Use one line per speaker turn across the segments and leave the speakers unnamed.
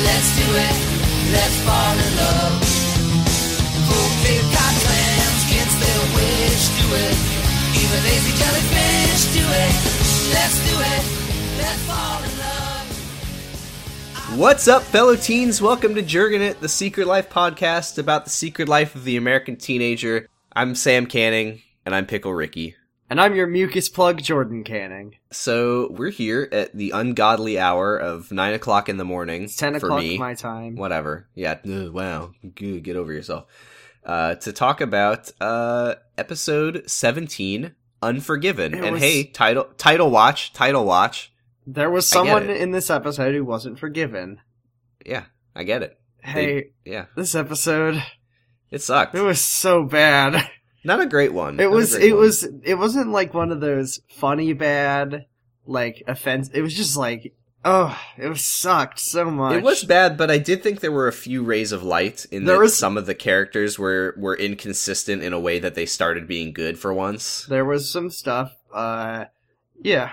it, let's fall in love. Fulfill cod clams against their wish, do it. Even lazy jellyfish, do it. Let's do it, let's fall in love.
What's up, fellow teens? Welcome to Jergin It, the Secret Life podcast about the secret life of the American teenager. I'm Sam Canning, and I'm Pickle Ricky.
And I'm your mucus plug, Jordan Canning.
So we're here at the ungodly hour of nine o'clock in the morning.
It's 10
for
o'clock
me.
my time.
Whatever. Yeah. ugh, wow. Good. Get over yourself. Uh, to talk about uh, episode seventeen, Unforgiven.
It
and
was-
hey, title title watch, title watch.
There was
I get
someone
it.
in this episode who wasn't forgiven.
Yeah, I get it.
Hey,
Yeah,
this episode,
it sucked.
it was so bad.
Not a great one.
It
Not a
was,
great
it
one.
was, it wasn't like one of those funny bad, like offense. It was just like, oh, it was sucked so much.
It was bad, but I did think there were a few rays of light in
There
that
was-
some of the characters were were inconsistent in a way that they started being good for once.
There was some stuff. Uh, yeah,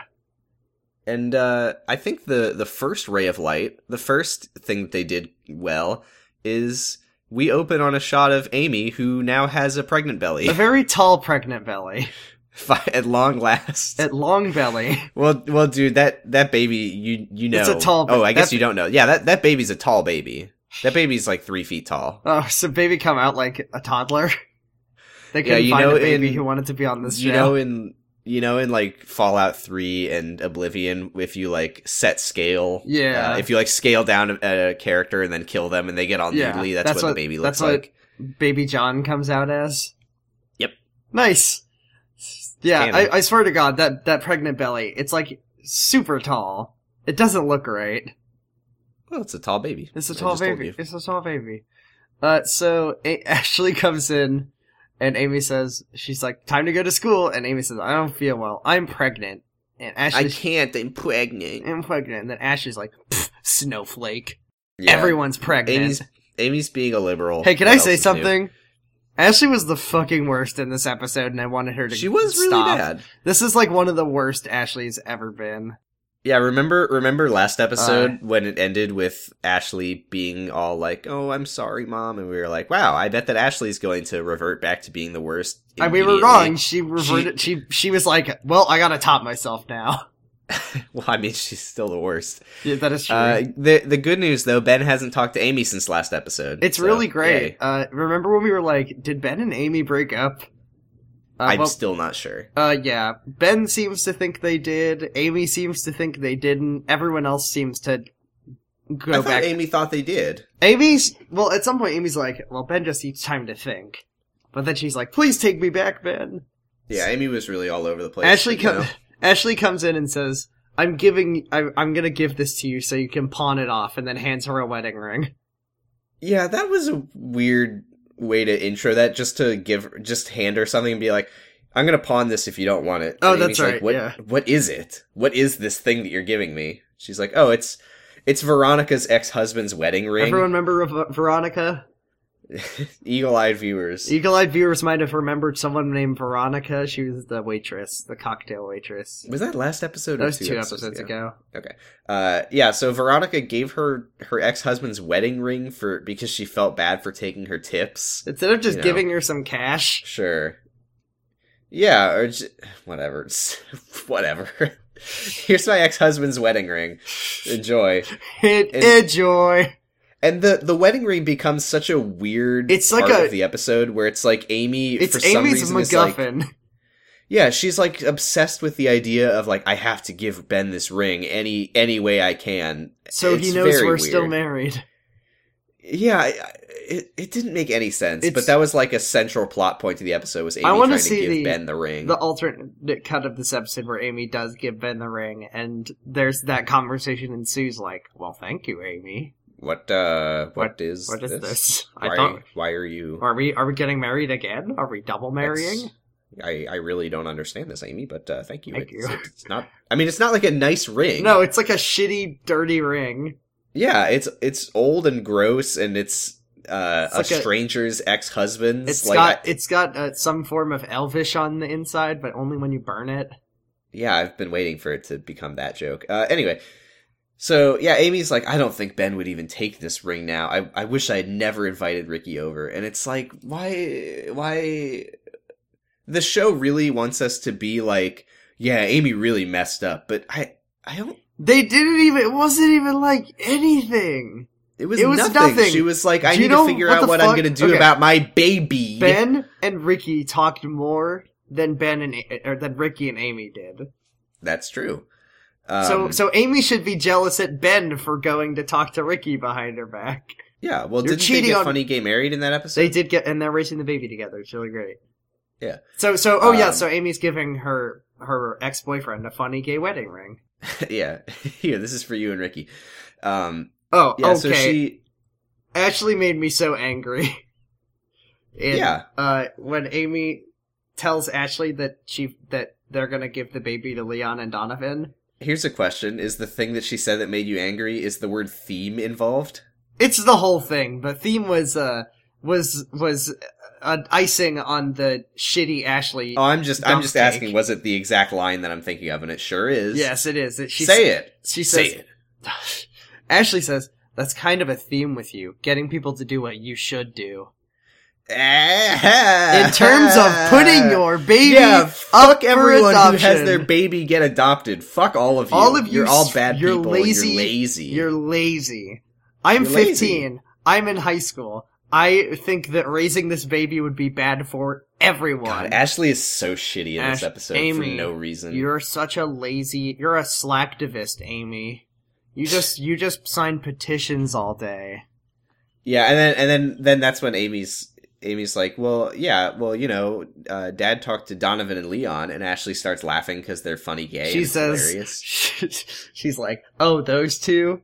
And uh, I think the the first ray of light, the first thing that they did well, is we open on a shot of Amy who now has a pregnant belly
a very tall pregnant belly,
Fi- at long last.
at long belly.
well, well, dude, that that baby, you you know,
It's a tall ba-
Oh, I guess
that-
you don't know. Yeah, that that baby's a tall baby. That baby's like three feet tall.
Oh, so baby come out like a toddler. They
Yeah,
couldn't
you
find
know
a baby
in-
who wanted to be on this
you
show.
know in you know in like fallout 3 and oblivion if you like set scale
Yeah.
uh, if you like scale down a, a character and then kill them and they get all
Yeah,
noodly that's,
that's
what,
what-
the baby
that's
looks
what-
like
Baby John comes out as.
Yep.
Nice. Yeah,
Cannon.
I, I swear to God, that that pregnant belly, it's like super tall. It doesn't look right.
well it's a tall baby
It's
I
a tall
just told
baby.
you.
It's a tall baby. Uh, so a- Ashley comes in, and Amy says she's like, "Time to go to school." And Amy says, "I don't feel well. I'm pregnant." And
i
Ashley,
can't i'm pregnant
I'm pregnant. And then Ashley's like, "Pfft, "Snowflake.
Yeah.
Everyone's pregnant."
amy's amy's being a liberal
Hey, can
Oh, What
I
else
say
is new?
something? Ashley was the fucking worst in this episode, and I wanted her to.
she was really
stop.
bad
This is like one of the worst Ashley's ever been.
yeah remember remember last episode when it ended with ashley being all like oh i'm sorry mom and we were like wow i bet that ashley's going to revert back to being the worst
And we were
immediately."
wrong. She reverted. She she was like, "Well, I gotta top myself now."
Well, I mean, she's still the worst.
Yeah, that is true.
Uh, the the good news though, Ben hasn't talked to Amy since last episode.
it's
so,
really great.
yay.
Uh, remember when we were like, "Did Ben and Amy break up?" Uh,
I'm
well,
still not sure.
uh, yeah. Ben seems to think they did. Amy seems to think they didn't. Everyone else seems to
I
go
thought
back
Amy thought they did.
Amy's well, at some point, Amy's like, "Well, Ben just needs time to think," but then she's like, "Please take me back, Ben."
Yeah, Amy was really all over the place.
Ashley
you know?
comes. Ashley comes in and says, "I'm giving. I, I'm gonna give this to you so you can pawn it off," and then hands her a wedding ring.
Yeah, that was a weird way to intro that. Just to give, just hand her something and be like, "I'm gonna pawn this if you don't want it."
Oh,
And
that's
Amy's
right,
Like, what
yeah.
What is it? What is this thing that you're giving me? She's like, "Oh, it's it's Veronica's ex husband's wedding ring."
Everyone remember Ver- Veronica?
Eagle eyed viewers.
Eagle-eyed viewers might have remembered someone named Veronica. She was the waitress, the cocktail waitress.
was that last episode?
That was
or
two episodes
ago.
ago.
Uh, yeah, so Veronica gave her her ex husband's wedding ring for because she felt bad for taking her tips.
Instead of just
You know.
giving her some cash,
Sure. Yeah, or j- whatever, whatever. Here's my ex husband's wedding ring. Enjoy.
enjoy.
And the the wedding ring becomes such a weird.
It's like
part
a-
of the episode where it's like Amy. for
It's
some
Amy's
reason, is like-
MacGuffin.
Yeah, she's like obsessed with the idea of like I have to give Ben this ring any any way I can.
so he
It's
knows
very
we're still
weird.
married.
yeah I- I- it, it didn't make any sense
It's-
but that was like a central plot point to the episode was amy
wanna
trying to
see
give
the-
ben the ring
the alternate cut of this episode where Amy does give Ben the ring, and there's that conversation ensues like, "Well, thank you, Amy.
what uh
What-
what is
What is
this,
this?
Why,
I don't.
why are you
Are we are we getting married again? Are we double marrying?
I, I really don't understand this amy but uh thank you
Thank
it's,
you.
it's not i mean it's not like a nice ring
No, it's like a shitty, dirty ring.
yeah it's it's old and gross and it's uh
It's like
a
a-
stranger's ex-husband's
It's
like
got it's got uh, some form of elvish on the inside, but only when you burn it.
yeah i've been waiting for it to become that joke uh anyway So yeah, Amy's like, I don't think Ben would even take this ring now. I, I wish I had never invited Ricky over. And it's like, why why the show really wants us to be like, yeah, Amy really messed up, but I I don't
They didn't even. It wasn't even like anything.
it was,
It was
nothing.
nothing.
She was like, I
Do you
need
know
to figure
what
out
the
what I'm
fuck-
gonna do
Okay.
about my baby.
Ben and Ricky talked more than Ben and A- or than Ricky and Amy did.
That's true. Um,
so so Amy should be jealous at Ben for going to talk to Ricky behind her back.
yeah, well,
you're
didn't they
cheating
get
on-
funny gay married in that episode?
They did get, and they're raising the baby together. It's really great.
Yeah.
So so oh yeah.
Um,
So Amy's giving her her ex boyfriend a funny gay wedding ring.
yeah, here, this is for you and Ricky. Um,
Oh
yeah,
okay.
so she
actually made me so angry. And,
Yeah.
Uh, when Amy tells Ashley that she that they're gonna give the baby to Leon and Donovan,
Here's a question: Is the thing that she said that made you angry? Is the word theme involved?
it's the whole thing. The theme was uh was was an icing on the shitty Ashley.
Oh, I'm just I'm
Dump
just
take.
asking. Was it the exact line that I'm thinking of? And it sure is.
yes, it is. It- She
say it.
She
Say
says.
it.
Ashley says that's kind of a theme with you, getting people to do what you should do in
In
terms of putting your baby
Eh. yeah,
up
fuck
for
everyone who has
adoption.
their baby get adopted. Fuck all of you.
All of you
You're all
s-
bad
you're
people.
lazy.
You're lazy.
You're lazy. I'm
You're
15.
lazy.
I'm in high school. I think that raising this baby would be bad for everyone.
God, Ashley is so shitty in
Ash-
this episode
Amy,
for no reason.
you're such a lazy. You're a slacktivist, Amy. You just you just sign petitions all day.
Yeah, and then and then then that's when Amy's Amy's like, well, yeah, well, you know, uh, Dad talked to Donovan and Leon, and Ashley starts laughing because they're funny gay. and
she
it's
says
hilarious.
she's like, "Oh, those two?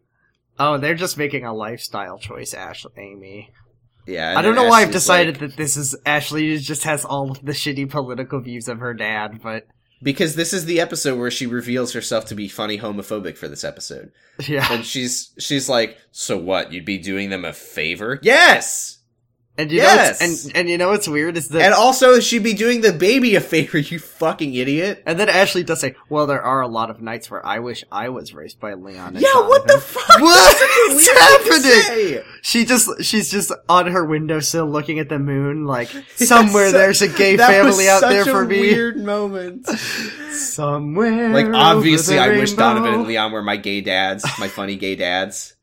Oh, they're just making a lifestyle choice, Ashley, Amy."
"Yeah."
I
and
don't know
then
why I've
Ashley's
decided
like-
that this is Ashley just has all of the shitty political views of her dad, but
because this is the episode where she reveals herself to be funny homophobic for this episode,
yeah.
and she's she's like, "So what? You'd be doing them a favor?" Yes.
And you
Yes!
know, it's, and and you know what's weird is that,
And
and,
also, she'd be doing the baby a favor. You fucking idiot.
then Ashley does say, "Well, there are a lot of nights where I wish I was raised by Leon." And
Yeah, what the
Donovan."
fuck?
What
That's such a weird
is
thing to
happening?
say.
She just she's just on her windowsill looking at the moon, like somewhere
so-
there's a gay
That
family
was
out
such
there
a
for me.
Weird moment.
Somewhere,
Like
over
obviously,
the
I wish
rainbow.
Donovan and Leon were my gay dads, my funny gay dads.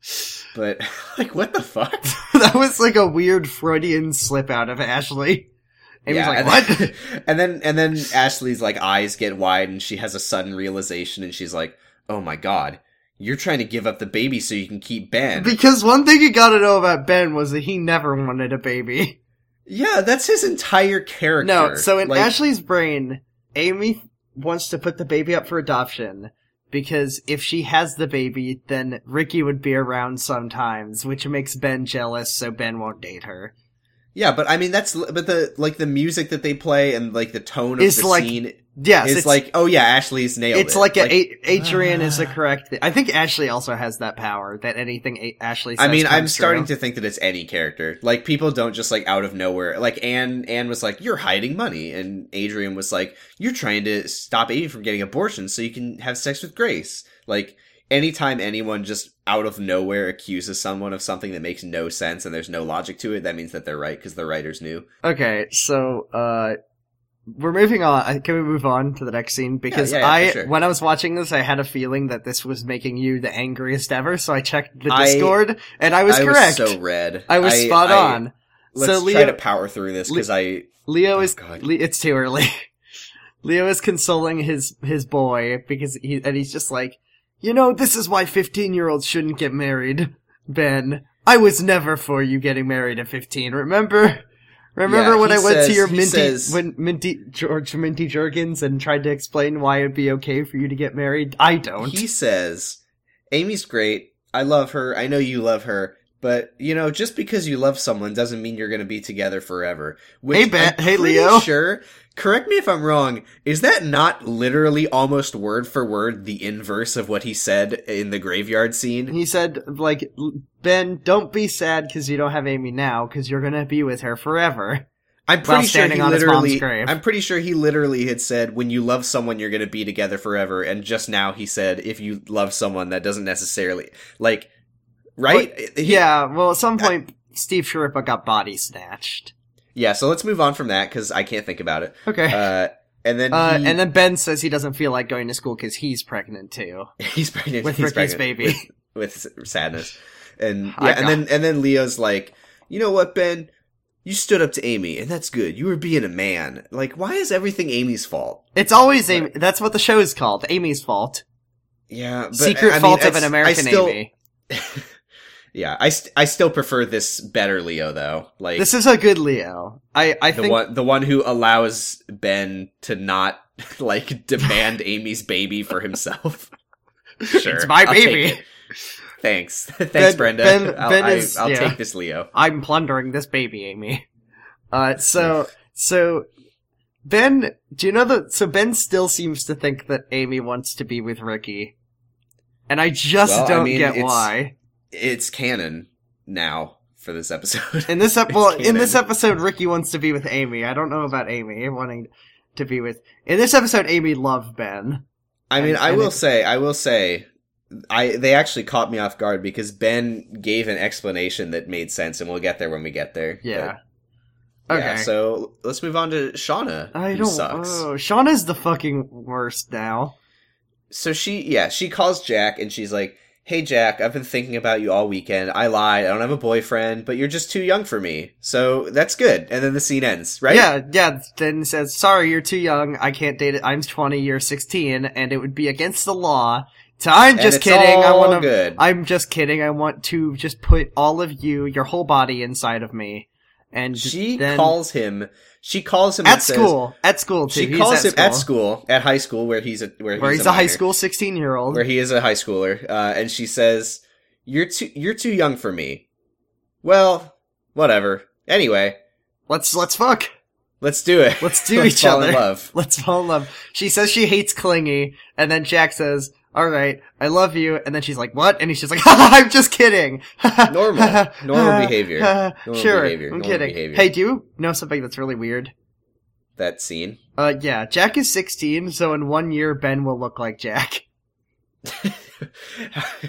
But like, what the fuck?
that was like a weird Freudian slip out of Ashley. Amy's like,
and
"What?"
Then, and then and then Ashley's like eyes get wide, and she has a sudden realization, and she's like, "Oh my god, you're trying to give up the baby so you can keep Ben."
because one thing you gotta know about Ben was that he never wanted a baby.
yeah, that's his entire character.
No, so in
Like,
Ashley's brain, Amy wants to put the baby up for adoption because if she has the baby, then Ricky would be around sometimes, which makes Ben jealous, so Ben won't date her.
yeah, but I mean that's but the like the music that they play and like the tone of
Is
the
like-
scene
Yes,
is
it's
like, oh yeah, Ashley's nailed
it's
it. ah.
like, a, a Adrian is the correct. Thi- I think Ashley also has that power that anything a- Ashley. Says
I mean, I'm
comes
starting
true.
to think that it's any character. Like people don't just like out of nowhere. Like Anne, Anne was like, "You're hiding money," and Adrian was like, "You're trying to stop Amy from getting abortions so you can have sex with Grace." Like anytime anyone just out of nowhere accuses someone of something that makes no sense and there's no logic to it, that means that they're right because the writers knew.
Okay, so uh, we're moving on. I- Can we move on to the next scene? Because
yeah, yeah,
I,
for sure.
when I was watching this, I had a feeling that this was making you the angriest ever. So I checked the
I-
Discord, and I was correct.
so red.
I was spot
I-
on.
Let's
so
try
Leo,
to power through this because I
Leo
Oh,
is.
God.
Le- it's too early. Leo is consoling his his boy because he and he's just like, you know, this is why fifteen year olds shouldn't get married. Ben, I was never for you getting married at fifteen. Remember. Remember
Yeah,
when
he
I went to
says-
your
he
Minty
says-
when Minty George Minty Jurgens and tried to explain why it'd be okay for you to get married? I don't.
He says, Amy's great. I love her. I know you love her. But, you know, just because you love someone doesn't mean you're going to be together forever. Which
Hey, Ben-
I'm
hey,
pretty
Leo.
Sure. Correct me if I'm wrong. Is that not literally almost word for word the inverse of what he said in the graveyard scene?
He said, like, Ben, don't be sad because you don't have Amy now because you're going to be with her forever.
I'm pretty
While
sure
standing
he
on his mom's
literally.
grave.
I'm pretty sure he literally had said, "When you love someone, you're going to be together forever." And just now he said, "If you love someone, that doesn't necessarily like, right? He-
yeah, well, at some point, Steve Sharippa got body snatched.
yeah." So let's move on from that because I can't think about it.
Okay. Uh,
Uh, and then he-
and then Ben says he doesn't feel like going to school because he's pregnant too
he's pregnant
with
he's
Ricky's
pregnant.
baby.
with sadness. And
I
yeah, and
got-
then and then Leo's like, you know what, Ben, you stood up to Amy, and that's good. You were being a man. Like, why is everything Amy's fault?
It's always Amy. That's what the show is called. Amy's fault.
Yeah, but
Secret
I mean,
fault of
it's-
an
I
American
still-
Amy.
Yeah, I st- I still prefer this better Leo though. Like
This is a good Leo. I I
the
think
one the one who allows Ben to not like demand Amy's baby for himself. sure,
It's my
I'll take
baby.
it. Thanks, thanks,
Ben-
Brenda.
Ben-
I'll,
Ben
I-
is-
I'll
yeah.
take this Leo.
I'm plundering this baby, Amy. Uh, so so Ben, do you know that? So Ben still seems to think that Amy wants to be with Ricky, and I just
Well, I
don't
mean,
get
it's-
why.
It's canon now for this episode.
In this ep-
It's
well, in
canon.
this episode, Ricky wants to be with Amy. I don't know about Amy wanting to be with. In this episode, Amy loved Ben.
I mean,
And-
I
and
will
it-
say, I will say, I they actually caught me off guard because Ben gave an explanation that made sense, and we'll get there when we get there.
Yeah.
But,
okay.
yeah. So let's move on to Shauna.
I
who
don't.
sucks.
Oh, Shauna's the fucking worst now.
So she, yeah, she calls Jack and she's like, "Hey, Jack, I've been thinking about you all weekend. I lied. I don't have a boyfriend, but you're just too young for me. So that's good." And then the scene ends, right?
Yeah, yeah. Then says, "Sorry, you're too young. I can't date it. I'm 20. You're 16, and it would be against the law." So I'm
And
just
it's
kidding. I
all
want to.
good.
I'm just kidding. I want to just put all of you, your whole body, inside of me, and
she
then
calls him. She calls him
at
and says-
school. At school, too.
She
He's
calls
at
him
school,
at school, at high school, where he's a where,
where he's a high
minor.
school 16 year old.
where he is a high schooler, uh, and she says, "You're too you're too young for me." Well, whatever. Anyway,
Let's let's fuck.
let's do it.
Let's do each
fall
other.
In love.
Let's fall in love. She says she hates clingy, and then Jack says, "All right, I love you," and then she's like, "What?" And he's just like, "I'm just kidding."
Normal. Normal behavior. Normal
sure,
behavior.
I'm
Normal
kidding.
behavior.
Hey, do you know something that's really weird?
That scene.
Uh, yeah, Jack is 16, so in one year Ben will look like Jack.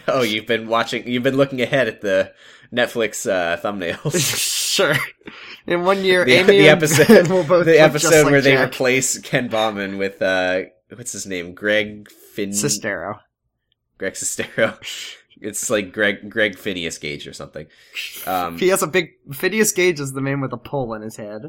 oh, you've been watching. You've been looking ahead at the Netflix uh, thumbnails.
sure. In one year,
The-
Amy
the
and
episode-
Ben will both
the
look just
episode
like
where they
Jack.
replace Ken Bauman with uh, what's his name? Greg Fin.
Sestero.
Greg Sestero. It's like Greg Greg Phineas Gage or something. Um,
He has a big. Phineas Gage is the man with a pole in his head.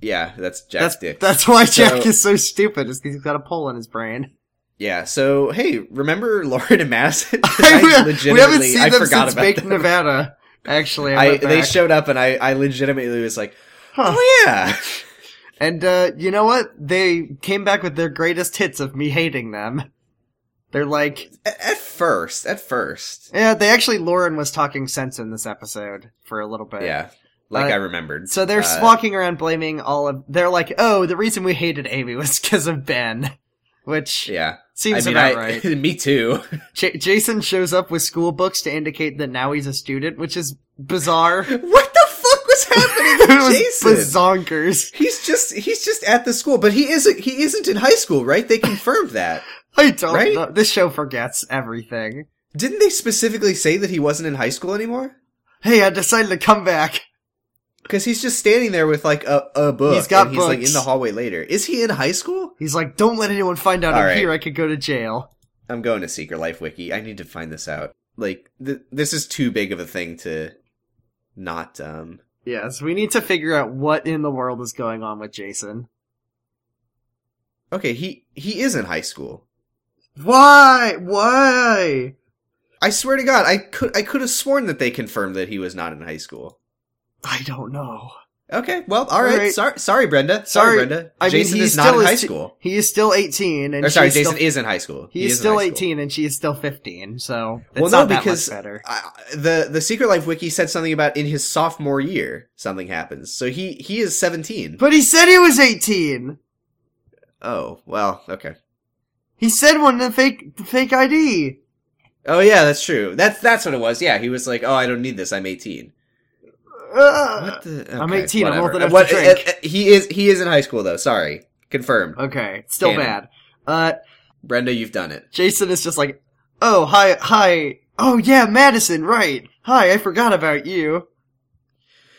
yeah, that's Jack's
That's
dick.
that's why Jack
So-
is so stupid. Is because he's got a pole in his brain.
Yeah. So hey, remember Lauren and Madison?
we haven't seen
I
them
forgot
since
about
Bake
them.
Nevada. Actually, I,
I,
went
they
back.
showed up, and I, I legitimately was like,
Huh.
oh yeah,
And uh, you know what? They came back with their greatest hits of me hating them. They're like,
at, at first, at first,
yeah. They actually, Lauren was talking sense in this episode for a little bit.
yeah, like
Uh,
I remembered.
So they're
Uh,
walking around blaming all of. They're like, oh, the reason we hated Amy was because of Ben, which
Yeah, I
seems
mean,
about
I,
right.
me too.
J- Jason shows up with school books to indicate that now he's a student, which is bizarre.
what the fuck was happening
it was
to Jason?
bazonkers.
He's just he's just at the school, but he isn't he isn't in high school, right? They confirmed that.
I don't
Right?
know. This show forgets everything.
Didn't they specifically say that he wasn't in high school anymore?
Hey, I decided to come back.
Because he's just standing there with like a, a book.
He's got
and he's like
books.
in the hallway later. Is he in high school?
He's like, don't let anyone find out I'm
All right.
here. I could go to jail.
I'm going to Secret Life Wiki. I need to find this out. Like th- this is too big of a thing to not um
Yes, we need to figure out what in the world is going on with Jason.
Okay, he he is in high school.
Why? Why?
I swear to god, I could I could have sworn that they confirmed that he was not in high school.
I don't know.
Okay, well, all right.
right.
Sorry, sorry, Brenda.
Sorry.
Sorry, Brenda.
I mean,
Jason
he
is not
still
in
is
high
t-
school.
He is still 18, and
Or sorry,
she's
Jason
still,
is in high school.
he
He
is
in
still
high school.
18, and she is still 15. So it's
Well,
not
no,
that
because
much better.
I, the the Secret Life wiki said something about in his sophomore year something happens. So he he is seventeen.
But he said he was 18.
Oh well, okay.
He said one in the fake the fake ID.
Oh yeah, that's true. That's that's what it was. Yeah, he was like, oh, I don't need this. I'm eighteen.
Ugh.
What the?
Uh, I'm
okay,
18, I'm old
whatever.
enough
What-
to drink.
uh, uh, he is. He is in high school though. Sorry, confirmed.
Okay, still
Canon.
bad. Uh,
Brenda, you've done it.
Jason is just like, oh, hi, hi. Oh, yeah, Madison, right. Hi, I forgot about you.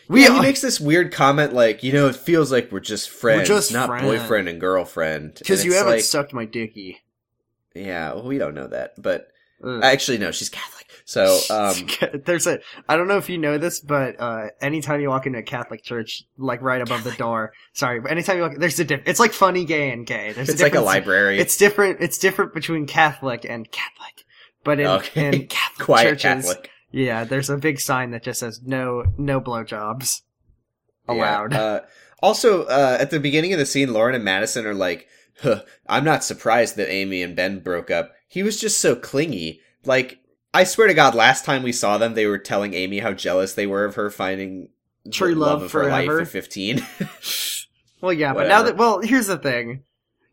We
yeah, he
are.
makes this weird comment like, you know, it feels like we're just friends,
just
not
friends.
boyfriend and girlfriend.
Because
And
you
it's
haven't
like-
sucked my dicky.
yeah, well, we don't know that, but
Ugh.
actually, no, she's Catholic. So, um,
there's a I don't know if you know this, but uh, anytime you walk into a Catholic church, like right above the door, sorry, but anytime you walk, there's a diff. It's like funny gay and gay. There's
it's like a
difference-
library.
It's different. It's different between Catholic and Catholic, but in,
Okay.
in Catholic
quiet
churches,
Catholic
yeah, there's a big sign that just says no, no blowjobs
Yeah.
allowed.
Uh, also, uh, at the beginning of the scene, Lauren and Madison are like, huh, "I'm not surprised that Amy and Ben broke up. He was just so clingy. Like, I swear to God, last time we saw them, they were telling Amy how jealous they were of her finding the
True love
of her life
forever.
at 15."
Well, yeah, but now
Whatever.
that well, here's the thing: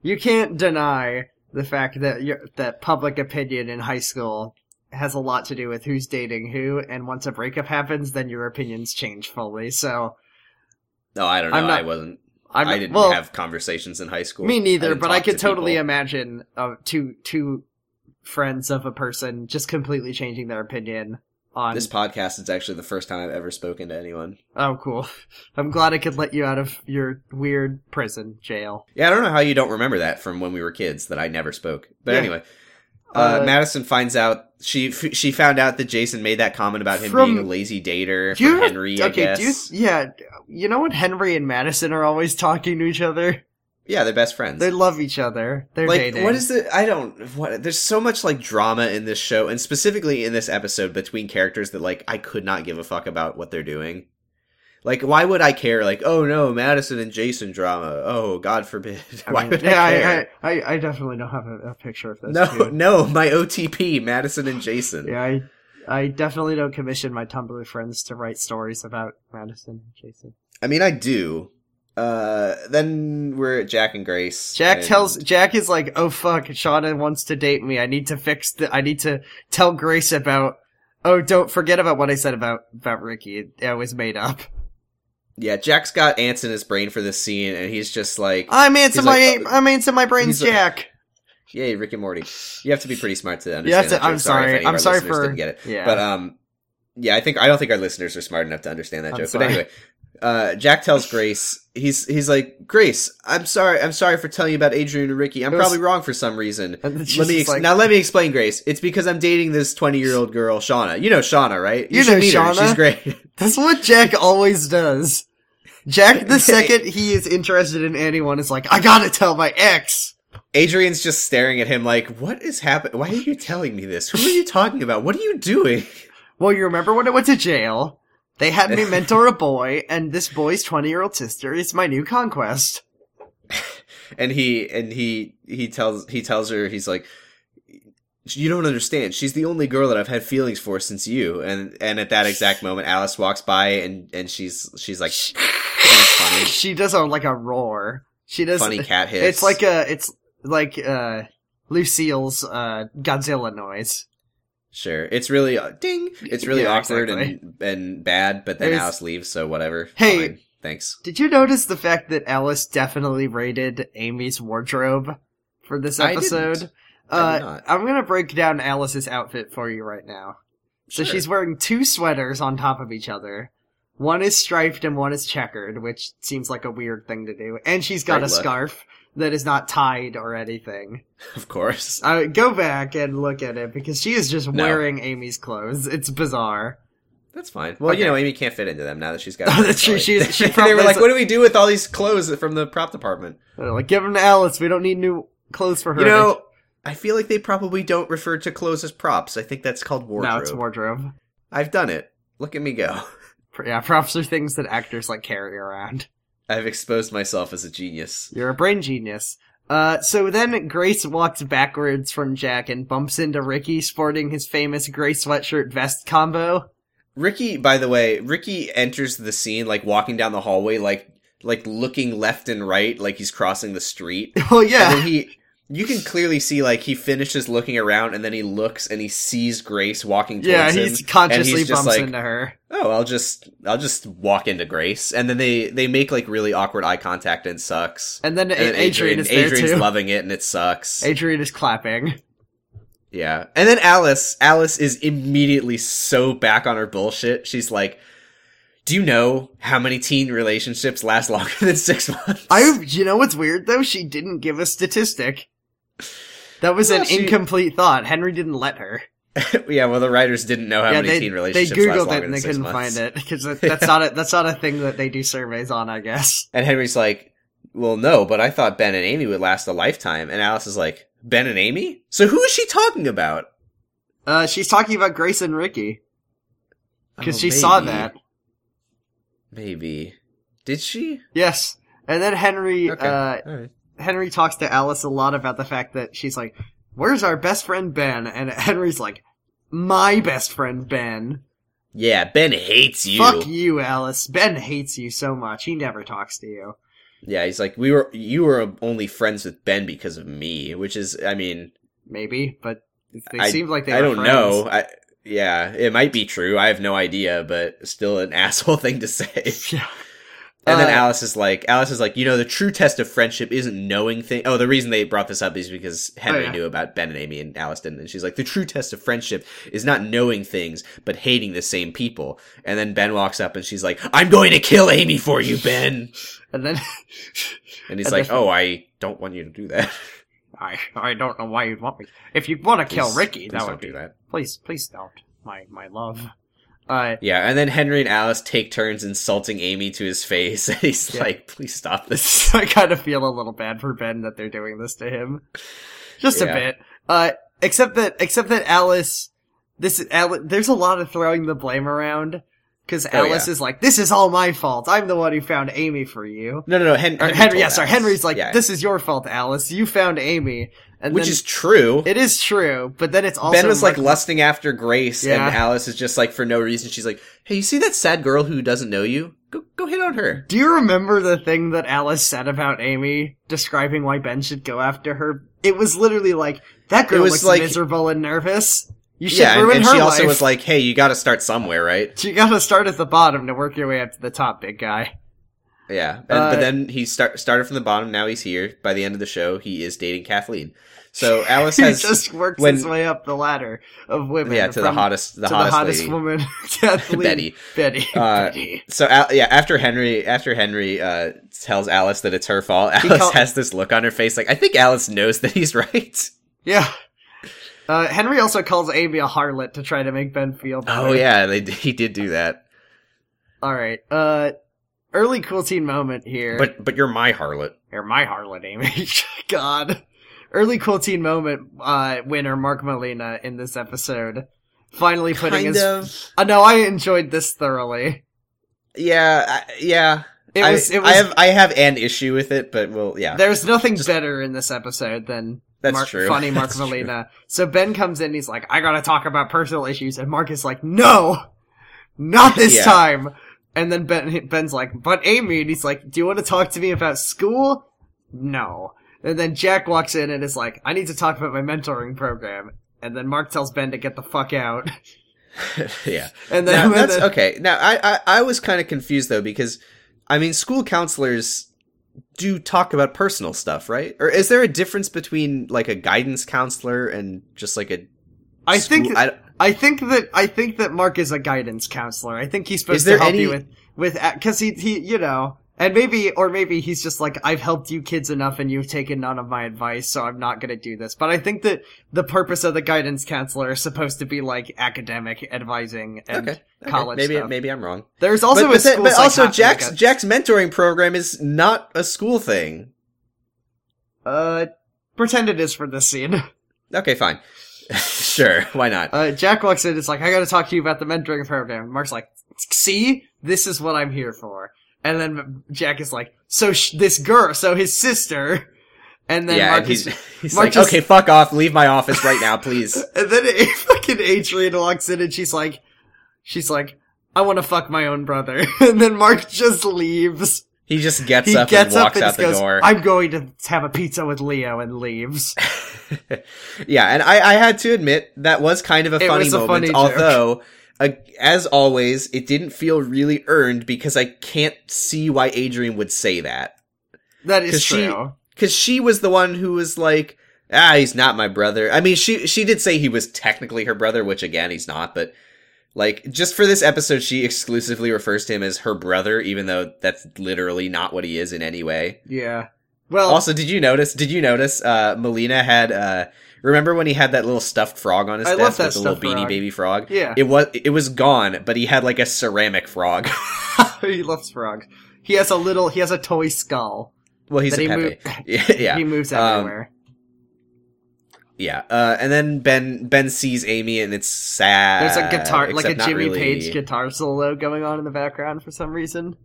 you can't deny the fact that you that public opinion in high school has a lot to do with who's dating who, and once a breakup happens, then your opinions change fully. So
no, I don't know.
I'm not-
I wasn't.
I'm,
I didn't
well,
have conversations in high school.
me
I
neither,
didn't
but I
talk
could
to
totally
people.
imagine uh, two two friends of a person just completely changing their opinion on.
This podcast is actually the first time I've ever spoken to anyone.
oh, cool! I'm glad I could let you out of your weird prison jail.
Yeah, I don't know how you don't remember that from when we were kids that I never spoke. But
Yeah.
anyway, uh,
Uh,
Madison finds out she f- she found out that Jason made that comment about him
From-
being a lazy dater
Do you
from
ever-
Henry. I guess.
Do you, yeah, you know when Henry and Madison are always talking to each other?
yeah, they're best friends.
They love each other. They're
like
dating.
what is the I don't what there's so much like drama in this show and specifically in this episode between characters that like I could not give a fuck about what they're doing. Like why would I care? Like oh no, Madison and Jason drama. Oh God forbid.
I
why
mean,
would
yeah,
I care?
I, I, I, I definitely don't have a, a picture of those
no,
two.
no, my OTP, Madison and Jason.
Yeah, I, I definitely don't commission my Tumblr friends to write stories about Madison and Jason.
I mean, I do. Uh, then we're at Jack and Grace.
Jack
and-
tells Jack is like, "Oh fuck, Shauna wants to date me. I need to fix the. I need to tell Grace about. Oh, don't forget about what I said about about Ricky. It, it was made up.
Yeah, Jack's got ants in his brain for this scene, and he's just like,
I'm answering
like, uh,
my. I'm answering my brains,
he's like-
Jack.
"Yay, Rick and Morty!" You have to be pretty smart to understand.
Yeah, that's
that
it. I'm
joke.
sorry.
if any of
I'm
our
sorry
listeners
for
didn't get it.
Yeah.
But um, yeah, I think I don't think our listeners are smart enough to understand that
I'm
joke.
sorry.
But anyway, uh, Jack tells Grace he's he's like, "Grace, I'm sorry. I'm sorry for telling you about Adrian and Ricky. I'm
It was-
probably wrong for some reason."
And then she's
Let me
just
ex-
like-
now. Let me explain, Grace. It's because I'm dating this 20 year old girl, Shauna. You know Shauna, right?
You
should
know
meet her.
Shauna.
She's great.
That's what Jack always does. Jack, the second he is interested in anyone, is like, I gotta tell my ex.
Adrian's just staring at him like, what is happening? Why are you telling me this? Who are you talking about? What are you doing?
Well, you remember when I went to jail? They had me mentor a boy, and this boy's 20 year old sister is my new conquest.
And he, and he, he tells, he tells her, he's like, you don't understand. She's the only girl that I've had feelings for since you. And, and at that exact moment, Alice walks by and, and she's, she's like, and it's
She does a, like a roar. She does.
funny, funny cat hiss.
It's like a, it's like, uh, Lucille's, uh, Godzilla noise.
sure. It's really, uh, ding. It's really
Yeah,
awkward
exactly.
and, and bad, but then
There's-
Alice leaves. So whatever.
Hey.
Fine. Thanks.
Did you notice the fact that Alice definitely raided Amy's wardrobe for this
I didn't.
episode?
I did
Uh,
not.
I'm gonna break down Alice's outfit for you right now. So
Sure.
she's wearing two sweaters on top of each other. One is striped and one is checkered, which seems like a weird thing to do. And she's got
Great
a
look.
scarf that is not tied or anything.
of course.
I go back and look at it because she is just
No.
wearing Amy's clothes. It's bizarre.
That's fine. Well, you
Okay.
know, Amy can't fit into them now that she's got.
Oh, that's true. She's- she
they
probably
were
is
like,
a-
"What do we do with all these clothes from the prop department?"
They're Uh, like, give them to Alice. We don't need new clothes for her.
You know, I feel like they probably don't refer to clothes as props. I think that's called wardrobe.
now it's wardrobe.
I've done it. Look at me go.
Yeah, props are things that actors like carry around.
I've exposed myself as a genius.
You're a brain genius. Uh, so then Grace walks backwards from Jack and bumps into Ricky sporting his famous gray sweatshirt vest combo.
Ricky, by the way, Ricky enters the scene like walking down the hallway, like like looking left and right, like he's crossing the street.
Well,
And
yeah.
then he You can clearly see like he finishes looking around and then he looks and he sees Grace walking towards
Yeah,
him.
he's consciously
he's just
bumps
like-
into her.
Oh, I'll just I'll just walk into Grace and then they they make like really awkward eye contact and it sucks.
And then,
And then
A- Adrian, is there
Adrian's
too.
loving it and it sucks.
Adrian is clapping.
Yeah. And then Alice, Alice is immediately so back on her bullshit. She's like, "Do you know how many teen relationships last longer than 6 months?"
I, you know what's weird though? She didn't give a statistic. That was
Yeah,
an
she-
incomplete thought. Henry didn't let her.
yeah, well the writers didn't know how
yeah,
many
they,
teen
they
relationships last
googled
longer
it and
than
they
6
couldn't
months.
find it because that's not a that's not a thing that they do surveys on. I guess.
And Henry's like, "Well, no, but I thought Ben and Amy would last a lifetime." And Alice is like, "Ben and Amy? So who is she talking about?"
Uh, she's talking about Grace and Ricky because
Oh,
she saw
maybe.
that.
Maybe. Did she?
Yes, and then Henry
Okay.
uh,
All right.
Henry talks to Alice a lot about the fact that she's like, "Where's our best friend Ben?" And Henry's like, "My best friend Ben.
Yeah, Ben hates you.
Fuck you, Alice. Ben hates you so much. He never talks to you."
Yeah, he's like, we were, you were only friends with Ben because of me, which is, I mean,
Maybe, but they
I-
seemed like they.
I
were
don't
friends.
know. I, yeah, it might be true. I have no idea, but still an asshole thing to say.
Yeah.
And then
Uh,
Alice is like, Alice is like, you know, the true test of friendship isn't knowing things. Oh, the reason they brought this up is because Henry
Oh, yeah.
knew about Ben and Amy and Alice didn't. And she's like, the true test of friendship is not knowing things, but hating the same people. And then Ben walks up and she's like, I'm going to kill Amy for you, Ben.
And then
And he's
And
like,
then-
oh, I don't want you to do that.
I I don't know why you'd want me. If you want to kill
Please-
Ricky,
please
that
don't
would be.
do that.
Please, please don't. My my love. Uh,
Yeah, and then Henry and Alice take turns insulting Amy to his face, and he's
Yeah.
like, "Please stop this."
So I kind of feel a little bad for Ben that they're doing this to him. Just
Yeah.
a bit. Uh, except that, except that Alice, this, Alice, there's a lot of throwing the blame around. Cause
Oh,
Alice is like, this is all my fault. I'm the one who found Amy for you.
No, no, no. Hen-
Or
Henry,
Henry,
told
yeah, sorry.
Alice.
Henry's like,
Yeah.
this is your fault, Alice. You found Amy. And
which
then-
is true.
it is true, but then it's also,
ben was like
much-
lusting after Grace,
Yeah.
and Alice is just like for no reason. She's like, "Hey, you see that sad girl who doesn't know you? Go, go hit on her."
do you remember the thing that Alice said about Amy describing why Ben should go after her? It was literally like, that girl
was
looks
like-
miserable and nervous. You should
Yeah, and,
ruin
and
her
she also
life.
was like, "Hey, you got to start somewhere, right?"
you gotta start at the bottom to work your way up to the top, big guy.
Yeah, and,
Uh,
but then he start started from the bottom. Now he's here. By the end of the show, he is dating Kathleen. So Alice
He
has
just works
when-
his way up the ladder of women.
yeah to the
from-
hottest the
to
hottest,
the hottest
lady.
woman, Kathleen
Betty.
Betty.
Uh,
Betty.
So Al- yeah, after Henry, after Henry uh, tells Alice that it's her fault, Alice
call-
has this look on her face like I think Alice knows that he's right.
Yeah. Uh, Henry also calls Amy a harlot to try to make Ben feel better.
Oh yeah, they, he did do that.
All right. Uh, early cool teen moment here.
But but you're my harlot.
or my harlot Amy. God. Early cool teen moment uh, winner Mark Molina in this episode. Finally putting his. Uh, no, I enjoyed this thoroughly.
Yeah, I, yeah.
It
I,
was. it was
I have I have an issue with it, but well, yeah,
There's nothing better in this episode than
that's
Mark,
true.
funny Mark
That's true.
Molina. So Ben comes in, he's like, I gotta talk about personal issues, and Mark is like, No! Not this
Yeah.
time! And then Ben Ben's like, But Amy, and he's like, Do you want to talk to me about school? No. And then Jack walks in and is like, I need to talk about my mentoring program. And then Mark tells Ben to get the fuck out.
yeah.
And
Now,
then, and
that's
then-
okay. Now I, I I was kind of confused though because I mean school counselors do talk about personal stuff, right? Or is there a difference between like a guidance counselor and just like a
I
school-
think
I,
I think that I think that Mark is a guidance counselor. I think he's supposed
Is there
to help
any-
you with with because he he you know and maybe or maybe he's just like I've helped you kids enough and you've taken none of my advice, so I'm not gonna do this. But I think that the purpose of the guidance counselor is supposed to be like academic advising and
okay, okay.
college
Maybe
stuff.
maybe I'm wrong.
There's also
but, but
a
then-
school
but also
psychology
Jack's
guy-
Jack's mentoring program is not a school thing.
uh pretend it is for this scene.
Okay, fine. sure, why not?
Uh, Jack walks in. It's like I got to talk to you about the mentoring program. Mark's like, "See, this is what I'm here for." And then Jack is like, "So sh- this girl, so his sister." And then
yeah,
Mark
and he's,
is-
he's
Mark
like,
just-
okay, fuck off, leave my office right now, please.
and then a- fucking Adrian walks in, and she's like, "She's like, I want to fuck my own brother." and then Mark just leaves.
He just gets
he
up
gets
and
up
walks
and
out
just
the
goes,
door.
"I'm going to have a pizza with Leo," and leaves.
yeah, and I, I had to admit that was kind of a
It
funny
was a
moment,
funny joke.
although. Uh, as always, it didn't feel really earned because I can't see why Adrian would say that.
That
'Cause
is
she-
true.
because she was the one who was like, ah, he's not my brother. I mean, she she did say he was technically her brother, which again, he's not. But like, just for this episode, she exclusively refers to him as her brother, even though that's literally not what he is in any way.
Yeah. Well,
Also, did you notice? Did you notice? Uh, Melina had. Uh, remember when he had that little stuffed frog on his
I love
desk
that
with a little
stuffed
beanie
frog.
baby frog?
yeah.
It was it was gone, but he had like a ceramic frog.
he loves frogs. He has a little. He has a toy skull.
well, he's
That
a
he
Pepe. yeah,
He moves
Um,
everywhere.
Yeah, uh, and then Ben Ben sees Amy, and it's sad.
There's a guitar, like a
uh, except not
Jimmy
really.
Page guitar solo going on in the background for some reason.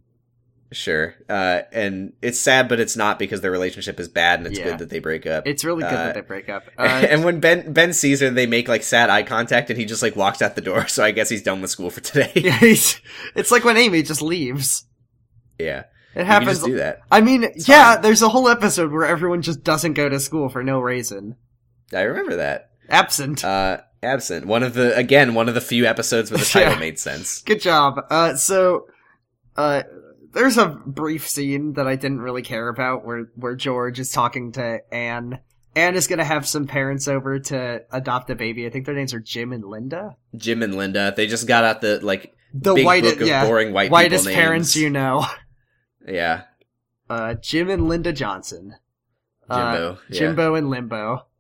Sure, uh, and it's sad, but it's not because their relationship is bad, and it's
Yeah.
good that they break up.
It's really good
Uh,
that they break up. Uh,
and when Ben Ben sees her, they make like sad eye contact, and he just like walks out the door. So I guess he's done with school for today.
yeah, he's- it's like when Amy just leaves.
yeah,
It
you can
happens.
just do that.
I mean,
It's
yeah,
fine.
there's a whole episode where everyone just doesn't go to school for no reason.
I remember that.
Absent.
Uh, absent one of the again one of the few episodes where the
Yeah.
title made sense.
Good job. Uh, so, uh, there's a brief scene that I didn't really care about where, where George is talking to Anne. Anne is gonna have some parents over to adopt a baby. I think their names are Jim and Linda.
Jim and Linda, they just got out the like
The
big
white,
book of
yeah,
boring white
whitest
people names.
parents you know.
Yeah,
Uh, Jim and Linda Johnson. Uh,
Jimbo. yeah.
Jimbo and Limbo.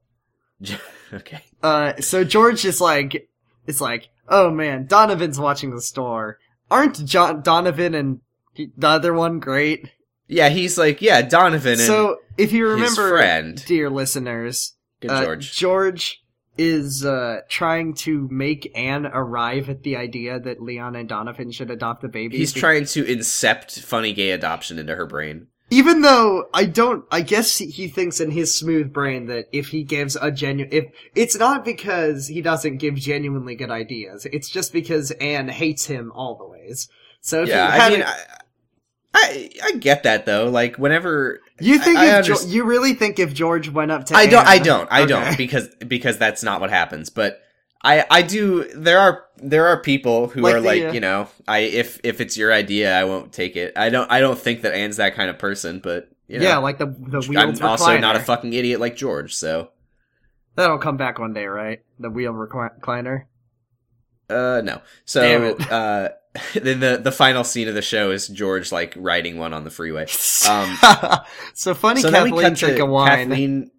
okay.
Uh, so George is like, it's like, oh man, Donovan's watching the store. Aren't John Donovan and the other one great?
Yeah, he's like, yeah, Donovan and
So if you
his
remember,
friend.
dear listeners,
Good
uh,
George.
George is uh, trying to make Anne arrive at the idea that Leon and Donovan should adopt a baby.
He's
be-
trying to incept funny gay adoption into her brain.
even though I don't, I guess he- he thinks in his smooth brain that if he gives a genuine, if it's not because he doesn't give genuinely good ideas, it's just because Anne hates him all the ways. So if
yeah,
you
I
had,
mean, I, I I get that though. Like whenever
you think
I- I
if Geo-
underst-
you really think if George went up to,
I don't, I
Anne-
don't, I don't,
Okay.
because because that's not what happens. But I I do. There are there are people who
Like
are
the,
like
uh,
you know I if if it's your idea I won't take it. I don't I don't think that Anne's that kind of person. But you know,
yeah, like the the wheel
I'm also not a
recliner.
fucking idiot like George. So
That'll come back one day, right? The wheel recli- recliner.
Uh, no. So,
Damn it.
uh, then the the final scene of the show is George like riding one on the freeway. Um,
so funny,
so then we
Kathleen
cut to
drink a wine.
Kathleen.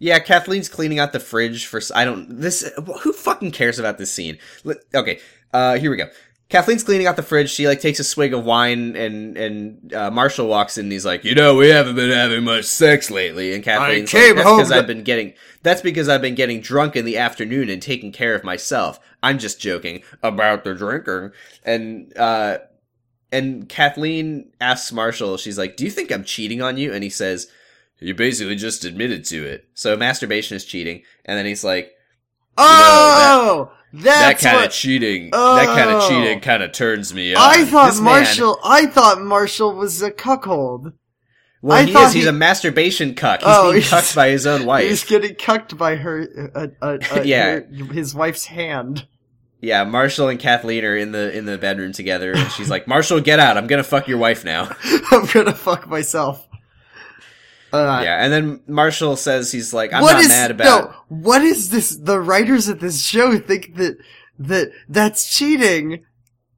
Yeah, Kathleen's cleaning out the fridge for. s- I don't. This. Who fucking cares about this scene? Li- Okay. Uh, here we go. Kathleen's cleaning out the fridge. She like takes a swig of wine, and and uh, Marshall walks in. and He's like, you know, we haven't been having much sex lately. And Kathleen's
came
like, that's
home
because
to-
I've been getting. That's because I've been getting drunk in the afternoon and taking care of myself. I'm just joking about the drinking. And uh, and Kathleen asks Marshall, she's like, "Do you think I'm cheating on you?" And he says, "You basically just admitted to it." So masturbation is cheating. And then he's like,
oh, that's
"That kind
what-
of cheating, that kind of
Oh.
cheating, kind of turns me on."
I thought
This man-
Marshall. I thought Marshall was a cuckold.
well,
I
he
thought
is. He's
he-
a masturbation cuck. He's
Oh,
being
he's-
cucked by his own wife.
He's getting cucked by her. Uh, uh, uh,
Yeah.
her- his wife's hand.
Yeah, Marshall and Kathleen are in the in the bedroom together, and she's like, "Marshall, get out! I'm gonna fuck your wife now."
I'm gonna fuck myself. Uh,
yeah, and then Marshall says he's like, "I'm
what
not
is-
mad about."
no? What is this? The writers of this show think that that that's cheating.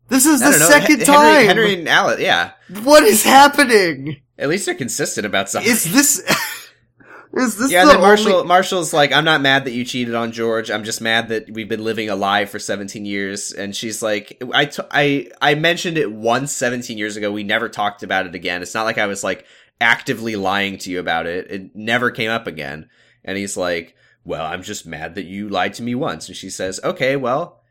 This is
I
the
don't know,
second
Hen- Henry-
time.
Henry and Alice, yeah.
What is happening?
At least they're consistent about something.
Is this? is this?
yeah,
the
then Marshall
only-
Marshall's like, I'm not mad that you cheated on George. I'm just mad that we've been living a lie for 17 years. And she's like, I, t- I, I mentioned it once 17 years ago. We never talked about it again. It's not like I was like actively lying to you about it. It never came up again. And he's like, Well, I'm just mad that you lied to me once. And she says, Okay, well,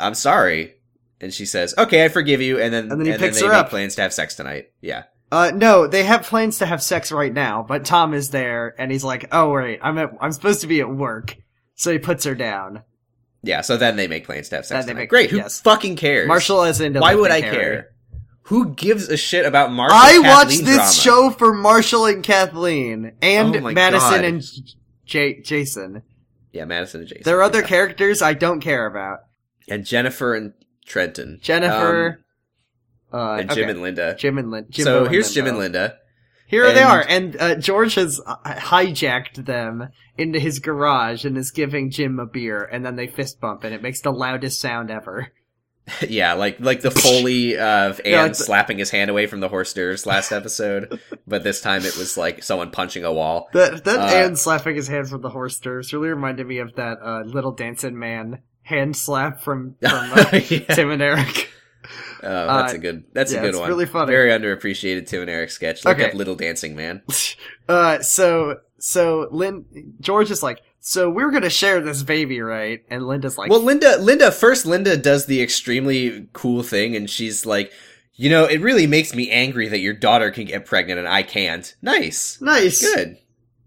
I'm sorry. And she says, "Okay, I forgive you." And then
And then he picks
they
her
make
up.
plans to have sex tonight. Yeah,
Uh, no, they have plans to have sex right now, but Tom is there, and he's like, "Oh wait, I'm at, I'm supposed to be at work," so he puts her down.
yeah. So then they make plans to have sex.
Then they
tonight.
make-
Great. Who
yes.
fucking cares?
Marshall is into.
Why would I
lifting Harry.
care? Who gives a shit about Marshall?
I
Kathleen
watched this
drama?
show for Marshall and Kathleen and
Oh my
Madison
God.
and J- Jason.
Yeah, Madison and Jason.
There are other
Yeah.
characters I don't care about.
and Jennifer and Trenton.
Jennifer, uh,
Um, and Jim
okay.
and Linda.
Jim and Lin- Jim
so
and uh,
here's
Linda.
Jim and Linda.
Here they
and-
are, and uh, George has uh, hijacked them into his garage and is giving Jim a beer, and then they fist bump, and it makes the loudest sound ever.
yeah, like like the foley of Anne
Yeah, like the-
slapping his hand away from the horse nerves last episode, but this time it was like someone punching a wall.
That that
Uh,
hand slapping his hand from the horse nerves really reminded me of that uh, little dancing man hand slap from, from uh,
Yeah.
Tim and Eric.
Oh, that's a good. That's
Uh, yeah,
a good
it's
one.
really funny.
Very underappreciated Tim and Eric sketch. Look
Okay.
up Little Dancing Man.
Uh, so so Lynn George is like, so we're gonna share this baby, right? And Linda's like,
Well, Linda, Linda first. Linda does the extremely cool thing, and she's like, you know, it really makes me angry that your daughter can get pregnant and I can't. Nice,
nice,
good,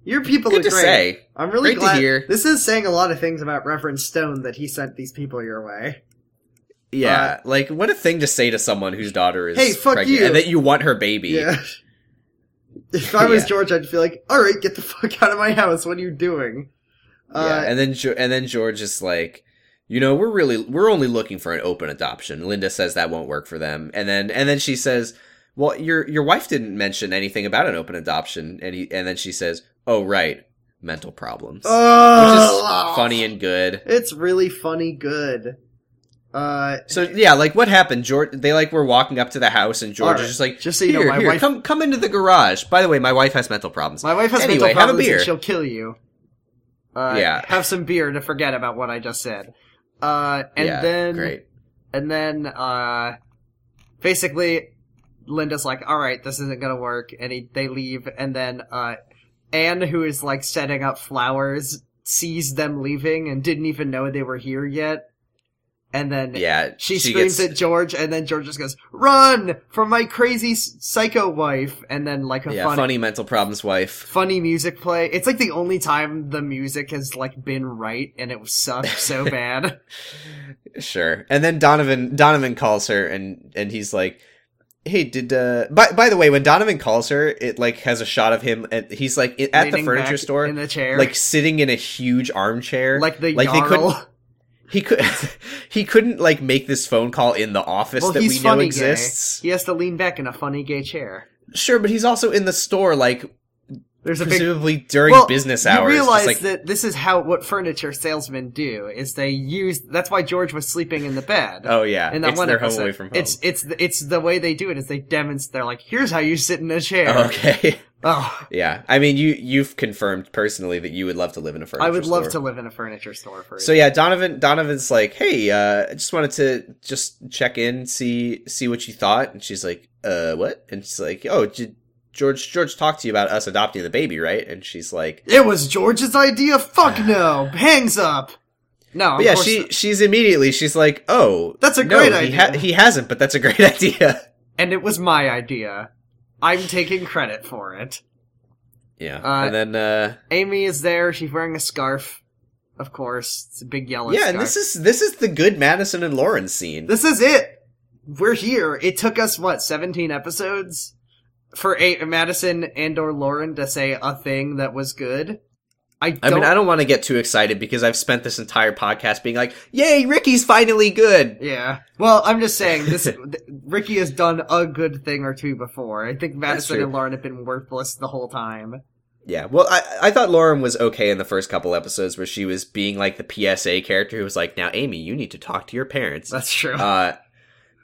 your people
good
are
to
great.
say.
I'm really
Great to
glad.
hear.
This is saying a lot of things about Reverend Stone that he sent these people your way.
Yeah, like what a thing to say to someone whose daughter is
Hey, fuck
pregnant
you.
and that you want her baby.
Yeah. If I was
Yeah.
George, I'd feel like, all right, get the fuck out of my house. What are you doing?
yeah,
Uh,
and then Jo- and then George is like, you know, we're really we're only looking for an open adoption. Linda says that won't work for them, and then and then she says, well, your your wife didn't mention anything about an open adoption, and he and then she says, oh right, mental problems,
oh,
which is funny and good.
It's really funny. Good. Uh,
So yeah, like what happened? George, they like were walking up to the house, and George
Alright,
is just like,
just so you know,
"Here,
my
here,
wife-
come come into the garage. By the way, my wife has mental problems.
my wife has
Anyway,
mental
have a
problems
beer.
and she'll kill you. Uh,
Yeah.
Have some beer to forget about what I just said. Uh, and
Yeah,
then
great.
And then, uh, basically, Linda's like, all right, this isn't gonna work. And he, they leave. And then, uh, Anne, who is like setting up flowers, sees them leaving and didn't even know they were here yet. And then
Yeah,
she, screams
gets-
at George, and then George just goes, run from my crazy s- psycho wife. And then, like, a
yeah,
funny,
funny mental problems, wife.
funny music play. It's like the only time the music has, like, been right, and it sucked so bad.
Sure. And then Donovan Donovan calls her and and he's like, "Hey, did uh by by the way, when Donovan calls her, it like has a shot of him at he's like i- at the
Leaning back
furniture store,
In the chair.
like sitting in a huge armchair.
like the
like they
Jarl.
couldn't he could he couldn't like make this phone call in the office that we know
funny
exists.
Gay. He has to lean back in a funny gay chair.
Sure, but he's also in the store like
There's a big
presumably during
well,
business hours.
You
just,
realize
like,
that this is how what furniture salesmen do is they use. That's why George was sleeping in the bed.
Oh yeah,
in that
it's
one
their
episode.
home away from home.
It's it's the- it's the way they do it is they demonstrate. They're like, here's how you sit in a chair.
okay.
Oh,
Yeah, I mean, you you've confirmed personally that you would love to live in a furniture.
I would love
store.
to live in a furniture store for
So yeah, Donovan Donovan's like, hey, uh, I just wanted to just check in, see see what you thought, and she's like, uh, what? And she's like, oh, did George George talk to you about us adopting the baby, right? And she's like,
It was George's idea. Fuck no. Hangs up. No.
but
of
yeah,
course
she
not.
she's immediately she's like, oh,
That's a
no,
great
he ha-
idea.
he hasn't, but that's a great idea.
And it was my idea. I'm taking credit for it.
Yeah,
Uh,
and then uh,
Amy is there. She's wearing a scarf, of course. It's a big yellow
yeah,
scarf.
and this is this is the good Madison and Lauren scene.
this is it. We're here. It took us what seventeen episodes for a- Madison and or Lauren to say a thing that was good. I
I
don't.
mean, I don't want to get too excited because I've spent this entire podcast being like, "Yay, Ricky's finally good."
Yeah. Well, I'm just saying this. th- Ricky has done a good thing or two before. I think Madison
true.
and Lauren have been worthless the whole time.
Yeah. Well, I I thought Lauren was okay in the first couple episodes where she was being like the PSA character who was like, "Now, Amy, you need to talk to your parents."
That's true.
Uh,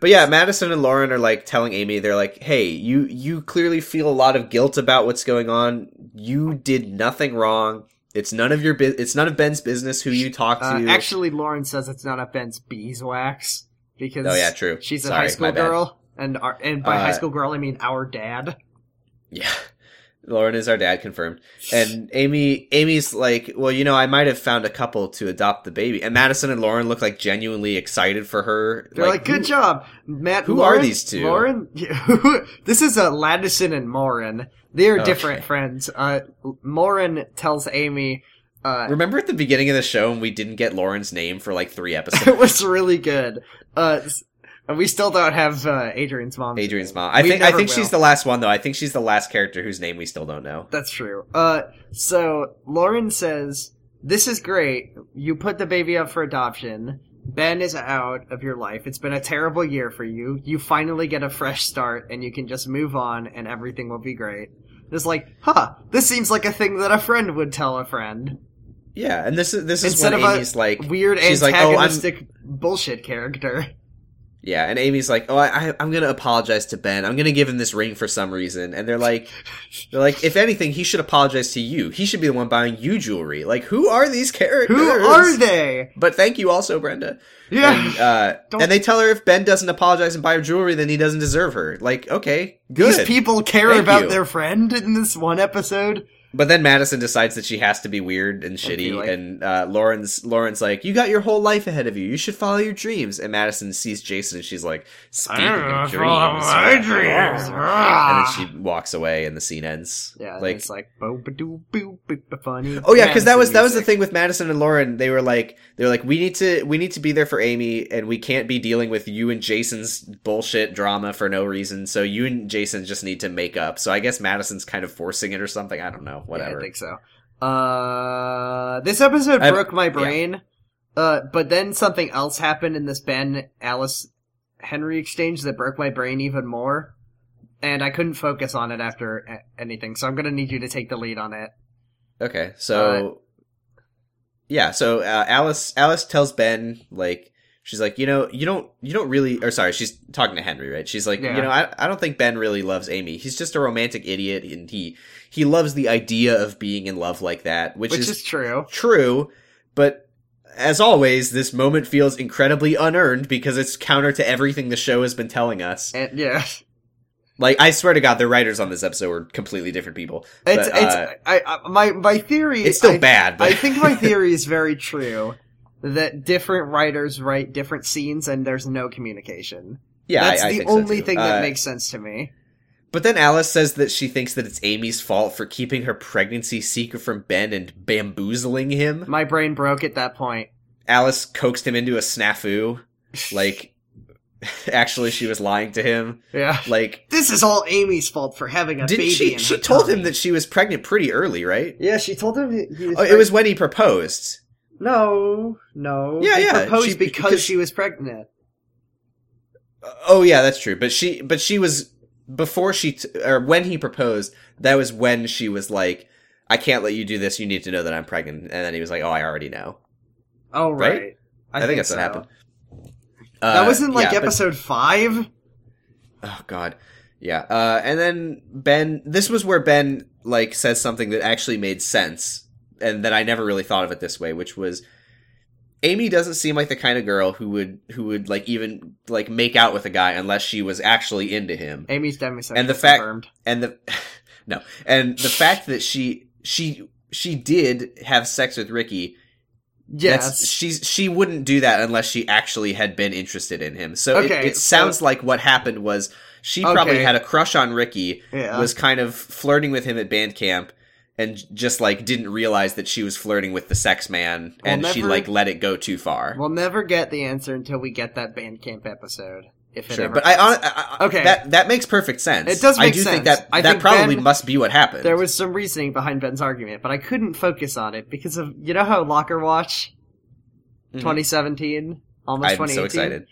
but yeah, Madison and Lauren are like telling Amy, they're like, "Hey, you you clearly feel a lot of guilt about what's going on. You did nothing wrong. It's none of your bu- it's none of Ben's business who you talk to."
Uh, actually, Lauren says it's not a Ben's beeswax because
Oh, yeah, true.
She's a
Sorry,
high school
my bad.
girl, and our, and by
Uh,
high school girl I mean our dad.
Yeah. Lauren is our dad confirmed. And Amy Amy's like, "Well, you know, I might have found a couple to adopt the baby." And Madison and Lauren look like genuinely excited for her.
They're like,
who-
"Good job, Matt."
who
Lauren-
are these two?
Lauren. this is a Ladison and Morin. They are
Okay.
different friends. Uh, Morin tells Amy, uh,
Remember at the beginning of the show when we didn't get Lauren's name for like 3 episodes?
"It was really good." Uh, s- And we still don't have uh, Adrian's mom.
Adrian's mom. I
We
think I
never
think
will.
she's the last one though. I think she's the last character whose name we still don't know.
That's true. Uh, so Lauren says, "This is great. You put the baby up for adoption. Ben is out of your life. It's been a terrible year for you. You finally get a fresh start, and you can just move on, and everything will be great." It's like, huh? This seems like a thing that a friend would tell a friend.
Yeah, and this is this is
Instead
when
of a
Amy's like
Weird
she's like, "Oh, I'm-
antagonistic bullshit character.
Yeah, and Amy's like, "Oh, I, I, I'm gonna apologize to Ben. I'm gonna give him this ring for some reason." And they're like, "They're like, if anything, he should apologize to you. He should be the one buying you jewelry. Like, who are these characters?
Who are they?
But thank you also, Brenda.
Yeah.
And, uh,
Don't-
and they tell her if Ben doesn't apologize and buy her jewelry, then he doesn't deserve her. Like, okay, good.
These people care
Thank
about
you.
their friend in this one episode.
But then Madison decides that she has to be weird and
I'd be
shitty,
like-
and uh, Lauren's Lauren's like, "You got your whole life ahead of you. You should follow your dreams." And Madison sees Jason, and she's like, "Speaking of dreams, and then she walks away, and the scene ends.
Ah. Yeah, and
like,
it's like boop doo boop boop funny.
oh yeah, because that was that was the
Madison
thing with Madison and Lauren. They were like, they were like, we need to we need to be there for Amy, and we can't be dealing with you and Jason's bullshit drama for no reason. So you and Jason just need to make up. So I guess Madison's kind of forcing it or something. I don't know.
music.
Whatever.
Yeah, I think so. Uh, this episode
I-
broke my brain. Uh, but then something else happened in this Ben Alice Henry exchange that broke my brain even more, and I couldn't focus on it after a- anything. So I'm gonna need you to take the lead on it.
Okay, so
Uh,
yeah, so uh, Alice Alice tells Ben like she's like you know you don't you don't really or sorry she's talking to Henry right she's like
Yeah.
you know I I don't think Ben really loves Amy he's just a romantic idiot and he he loves the idea of being in love like that which,
Which
is,
is true.
true but as always this moment feels incredibly unearned because it's counter to everything the show has been telling us
And yeah.
like I swear to God the writers on this episode were completely different people
It's
But,
it's
uh,
I, I my my theory.
it's still
I-
bad but
I think my theory is very true that different writers write different scenes and there's no communication.
yeah I-
That's
I
the
think so,
only
too.
thing that
Uh,
makes sense to me.
But then Alice says that she thinks that it's Amy's fault for keeping her pregnancy secret from Ben and bamboozling him.
My brain broke at that point.
Alice coaxed him into a snafu. Like, actually, she was lying to him.
Yeah.
Like,
This is all Amy's fault for having a
didn't
baby.
she?
in
She
her
told him
tummy.
that she was pregnant pretty early, right?
Yeah, she told him he was.
Oh, it
preg-
was when he proposed.
no, no.
Yeah,
They
yeah,
Proposed
she-
because,
because-
she was pregnant.
Oh yeah, that's true. But she, but she was before she t- or when he proposed. That was when she was like, "I can't let you do this. You need to know that I'm pregnant." And then he was like, "Oh, I already know."
Oh right.
Right? I, think, that's
so.
what happened.
That
Uh,
was in like
yeah, but-
episode five.
Oh God, yeah. Uh, and then Ben, this was where Ben like says something that actually made sense, and that I never really thought of it this way, which was Amy doesn't seem like the kind of girl who would who would like even like make out with a guy unless she was actually into him,
Amy's demisexual
And the fact-
confirmed.
and the no, and the fact that she she she did have sex with Ricky.
Yes.
she's she wouldn't do that unless she actually had been interested in him. So it-
Okay,
it,
so-
sounds like what happened was she probably
Okay.
had a crush on Ricky,
yeah.
was kind of flirting with him at band camp and j- just like didn't realize that she was flirting with the sex man
Well,
and she
never-
like let it go too far.
We'll never get the answer until we get that Bandcamp episode. If it
sure,
ever
but I,
comes.
I, I I-
Okay.
that that makes perfect sense.
It does
I
make
do
sense.
think that
I
that
think
probably
Ben-
must be what happened.
there was some reasoning behind Ben's argument, but I couldn't focus on it because of you know how Locker Watch,
Mhm.
2017, almost
I'm
2018.
so excited.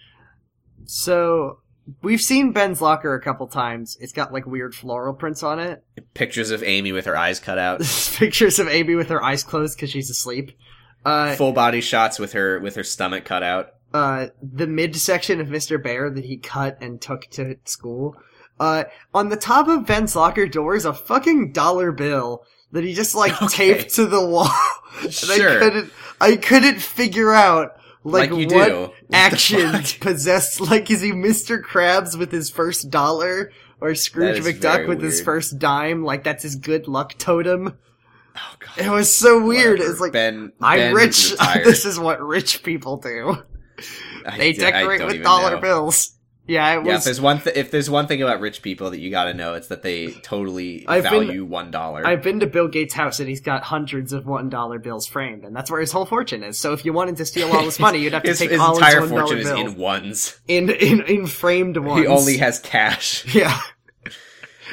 So we've seen Ben's locker a couple times. It's got like weird floral prints on it.
Pictures of Amy with her eyes cut out,
Pictures of Amy with her eyes closed because she's asleep. Uh,
full body shots with her with her stomach cut out.
uh, the midsection of Mr. Bear that he cut and took to school. Uh, on the top of Ben's locker door is a fucking dollar bill that he just like
Okay.
taped to the wall. and I
Sure.
couldn't, I couldn't figure out like,
Like, you
what
do. What the
action
fuck?
possessed. Like, is he Mr. Krabs with his first dollar? Or Scrooge
is
McDuck
very
with his
weird.
first dime? Like, that's his good luck totem.
Oh god.
It was so weird.
Whatever.
It's like,
Ben,
I'm
Ben
rich.
retired.
this is what rich people do.
I-
They
I
decorate
don't
with
even
dollar
know.
bills. Yeah, it
Yeah, if
was.
there's one th- if there's one thing about rich people that you got to know, it's that they totally
I've been-
value one dollar.
I've been to Bill Gates' house and he's got hundreds of one dollar bills framed, and that's where his whole fortune is. So if you wanted to steal all his money, you'd have to
His,
take
his
all
entire
his one dollar
fortune is
bills
in ones.
in, in in framed ones.
He only has cash.
yeah.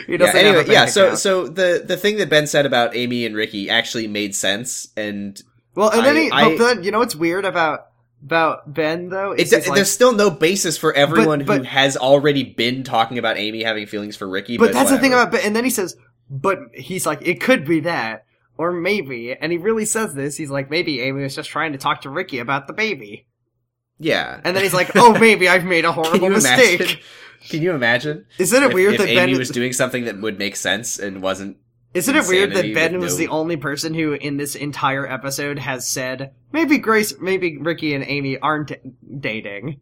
He
Yeah,
doesn't have a
anyway,
bank
yeah. So,
account.
so the the thing that Ben said about Amy and Ricky actually made sense, and
well, and then
I-
he,
I-
but then you know what's weird about about Ben though?
it,
Is
d
he's like-
there's still no basis for everyone who
but-
has already been talking about Amy having feelings for Ricky.
but
But,
that's the thing
whatever.
about Ben. And then he says, but he's like, it could be that, or maybe. And he really says this. He's like, maybe Amy was just trying to talk to Ricky about the baby.
yeah.
And then he's like, oh, maybe I've made a horrible mistake.
Imagine? Can you imagine?
Isn't it
if,
weird
if
that
Amy
Ben
was doing something that would make sense and wasn't?
Isn't it weird
insanity
that Ben
with
was
no-
the only person who, in this entire episode, has said maybe Grace, maybe Ricky and Amy aren't dating?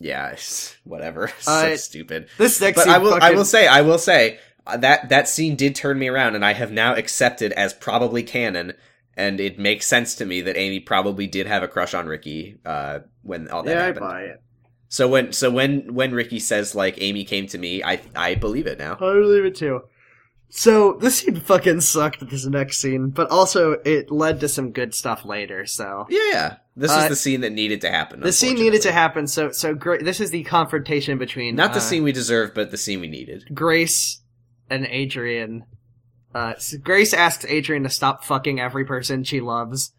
Yeah, it's- whatever. so
Uh,
stupid.
This next,
But
scene
I will. I
fucking-
will say. I will say uh, that that scene did turn me around, and I have now accepted as probably canon. And it makes sense to me that Amy probably did have a crush on Ricky uh, when all that
yeah, I
happened.
buy it.
So when so when when Ricky says like Amy came to me, I I believe it now.
I believe it too. So this scene fucking sucked. This next scene, but also it led to some good stuff later. So
Yeah, yeah. This
Uh,
is the scene that needed to happen.
the scene needed to
unfortunately.
happen. So so great. This is the confrontation between
Not the
uh,
scene we deserve, but the scene we needed.
Grace and Adrian. Uh, s- Grace asks Adrian to stop fucking every person she loves.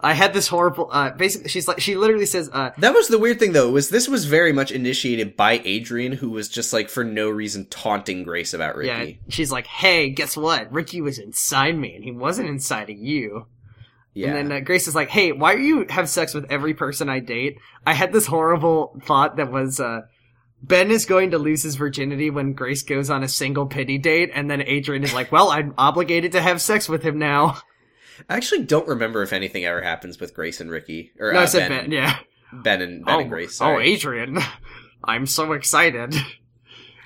I had this horrible. Uh, basically, she's like, she literally says, uh,
That was the weird thing though, was this was very much initiated by Adrian, who was just like for no reason taunting Grace about
yeah,
Ricky.
she's like, hey, guess what? Ricky was inside me, and he wasn't inside of you.
Yeah.
And then uh, Grace is like, hey, why do you have sex with every person I date? I had this horrible thought that was, uh, Ben is going to lose his virginity when Grace goes on a single pity date, and then Adrian is like, well, I'm obligated to have sex with him now.
I actually don't remember if anything ever happens with Grace and Ricky. Or
no,
uh,
I said
ben,
ben yeah.
Ben and Ben and Grace.
Oh,
Sorry.
Adrian. I'm so excited.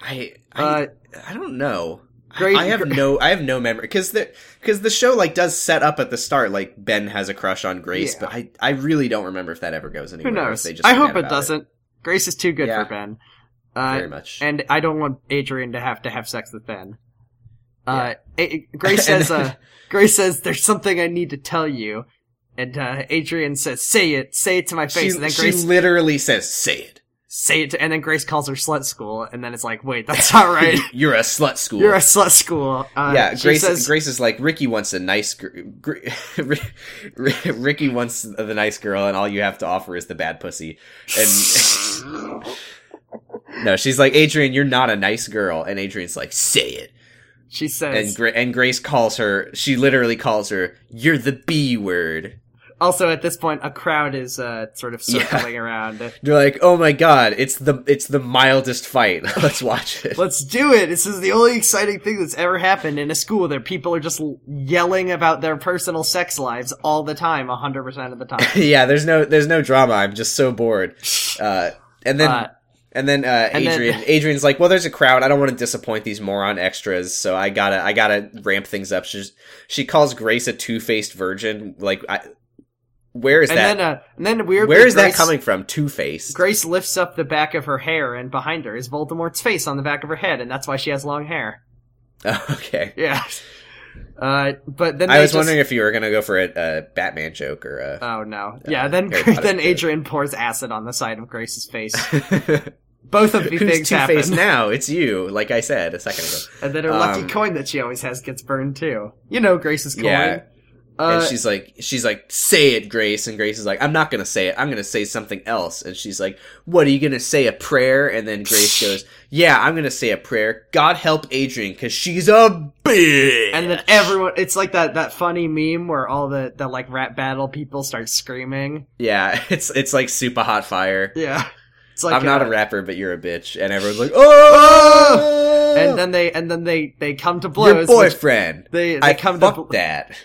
I, I,
Uh,
I don't know. I-
Grace-
I have
Gra-
no, I have no memory because the because the show like does set up at the start like Ben has a crush on Grace,
Yeah.
but I I really don't remember if that ever goes anywhere.
Who
if
knows?
they just
I
forget
hope it
about
doesn't. Grace is too good
Yeah.
for Ben. Uh,
very much.
and I don't want Adrian to have to have sex with Ben. Uh, A-
And
Grace says,
then-
uh, Grace says, there's something I need to tell you. And, uh, Adrian says, say it, say it to my face.
she,
and then
she
Grace,
literally says, "Say it.
say it to, and then Grace calls her slut school. And then it's like, wait, that's not right.
You're a slut school."
You're a slut school. Uh,
yeah,
she
Grace.
says-
Grace is like Ricky wants a nice. Gr- gr- Ri- Ri- Ricky wants the nice girl, and all you have to offer is the bad pussy. And no, she's like Adrian, you're not a nice girl, and Adrian's like, "Say it."
she says,
and Gra- and Grace calls her. She literally calls her. You're the B word.
also at this point, a crowd is, uh, sort of
Yeah.
circling around.
You're like, oh my god, it's the it's the mildest fight. Let's watch it.
Let's do it. This is the only exciting thing that's ever happened in a school that people are just l- yelling about their personal sex lives all the time, 100% of the time.
yeah, there's no there's no drama. I'm just so bored. Uh, and then.
Uh,
and then uh,
and then-
Adrian, Adrian's like, "Well, there's a crowd. I don't want to disappoint these moron extras, so I gotta, I gotta ramp things up." She's, she calls Grace a two faced virgin. Like, I, where is
and
that?
then, uh, and then weirdly,
where is that
Grace-
coming from? Two faced.
Grace lifts up the back of her hair, and behind her is Voldemort's face on the back of her head, and that's why she has long hair.
okay.
Yeah. Uh, but then
I
they
was
just-
wondering if you were gonna go for a, a Batman joke or a.
Oh no! Yeah, then
Harry Potter
then
joke.
Adrian pours acid on the side of Grace's face. Both of these
Who's
things
two
happen,
faced now? It's you. Like I said a second ago.
and then her lucky
Um,
coin that she always has gets burned too. You know Grace's coin.
Yeah.
Uh,
and she's like, she's like, say it, Grace. And Grace is like, I'm not gonna say it. I'm gonna say something else. And she's like, what are you gonna say? A prayer? And then Grace goes, Yeah, I'm gonna say a prayer. God help Adrian, cause she's a bitch.
And then everyone, it's like that, that funny meme where all the, the like rap battle people start screaming.
yeah, it's it's like super hot fire.
Yeah. It's like,
I'm not
uh,
a rapper, but you're a bitch. And everyone's like, Oh,
And then they, and then they, they come to
your
blows. which-
boyfriend.
They, they
I
come to,
fucked
bl-
that.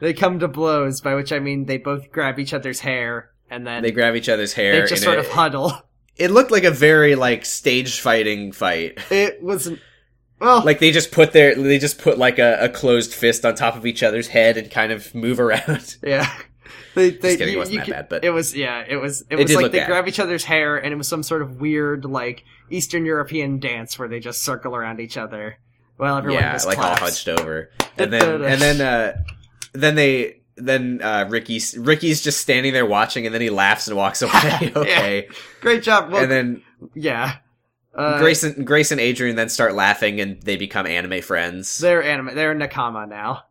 they come to blows, by which I mean they both grab each other's hair and then
They
they,
grab each other's hair. and
just sort
it,
of huddle.
it looked like a very like stage fighting fight.
It wasn't, well,
Like they just put their they just put like a, a closed fist on top of each other's head and kind of move around.
yeah. They, they,
Just kidding, it wasn't that
could-
bad, but-
it was yeah, it was it
It
was
did
like
look
they
bad.
grab each other's hair and it was some sort of weird like Eastern European dance where they just circle around each other while everyone
yeah,
just
like
claps.
all hunched over, and then and then uh, then they then uh, Ricky's Ricky's just standing there watching, and then he laughs and walks away. okay,
Great job. Well,
and then
yeah. Uh,
Grace and Grace and Adrian then start laughing, and they become anime friends.
they're anime. They're Nakama now.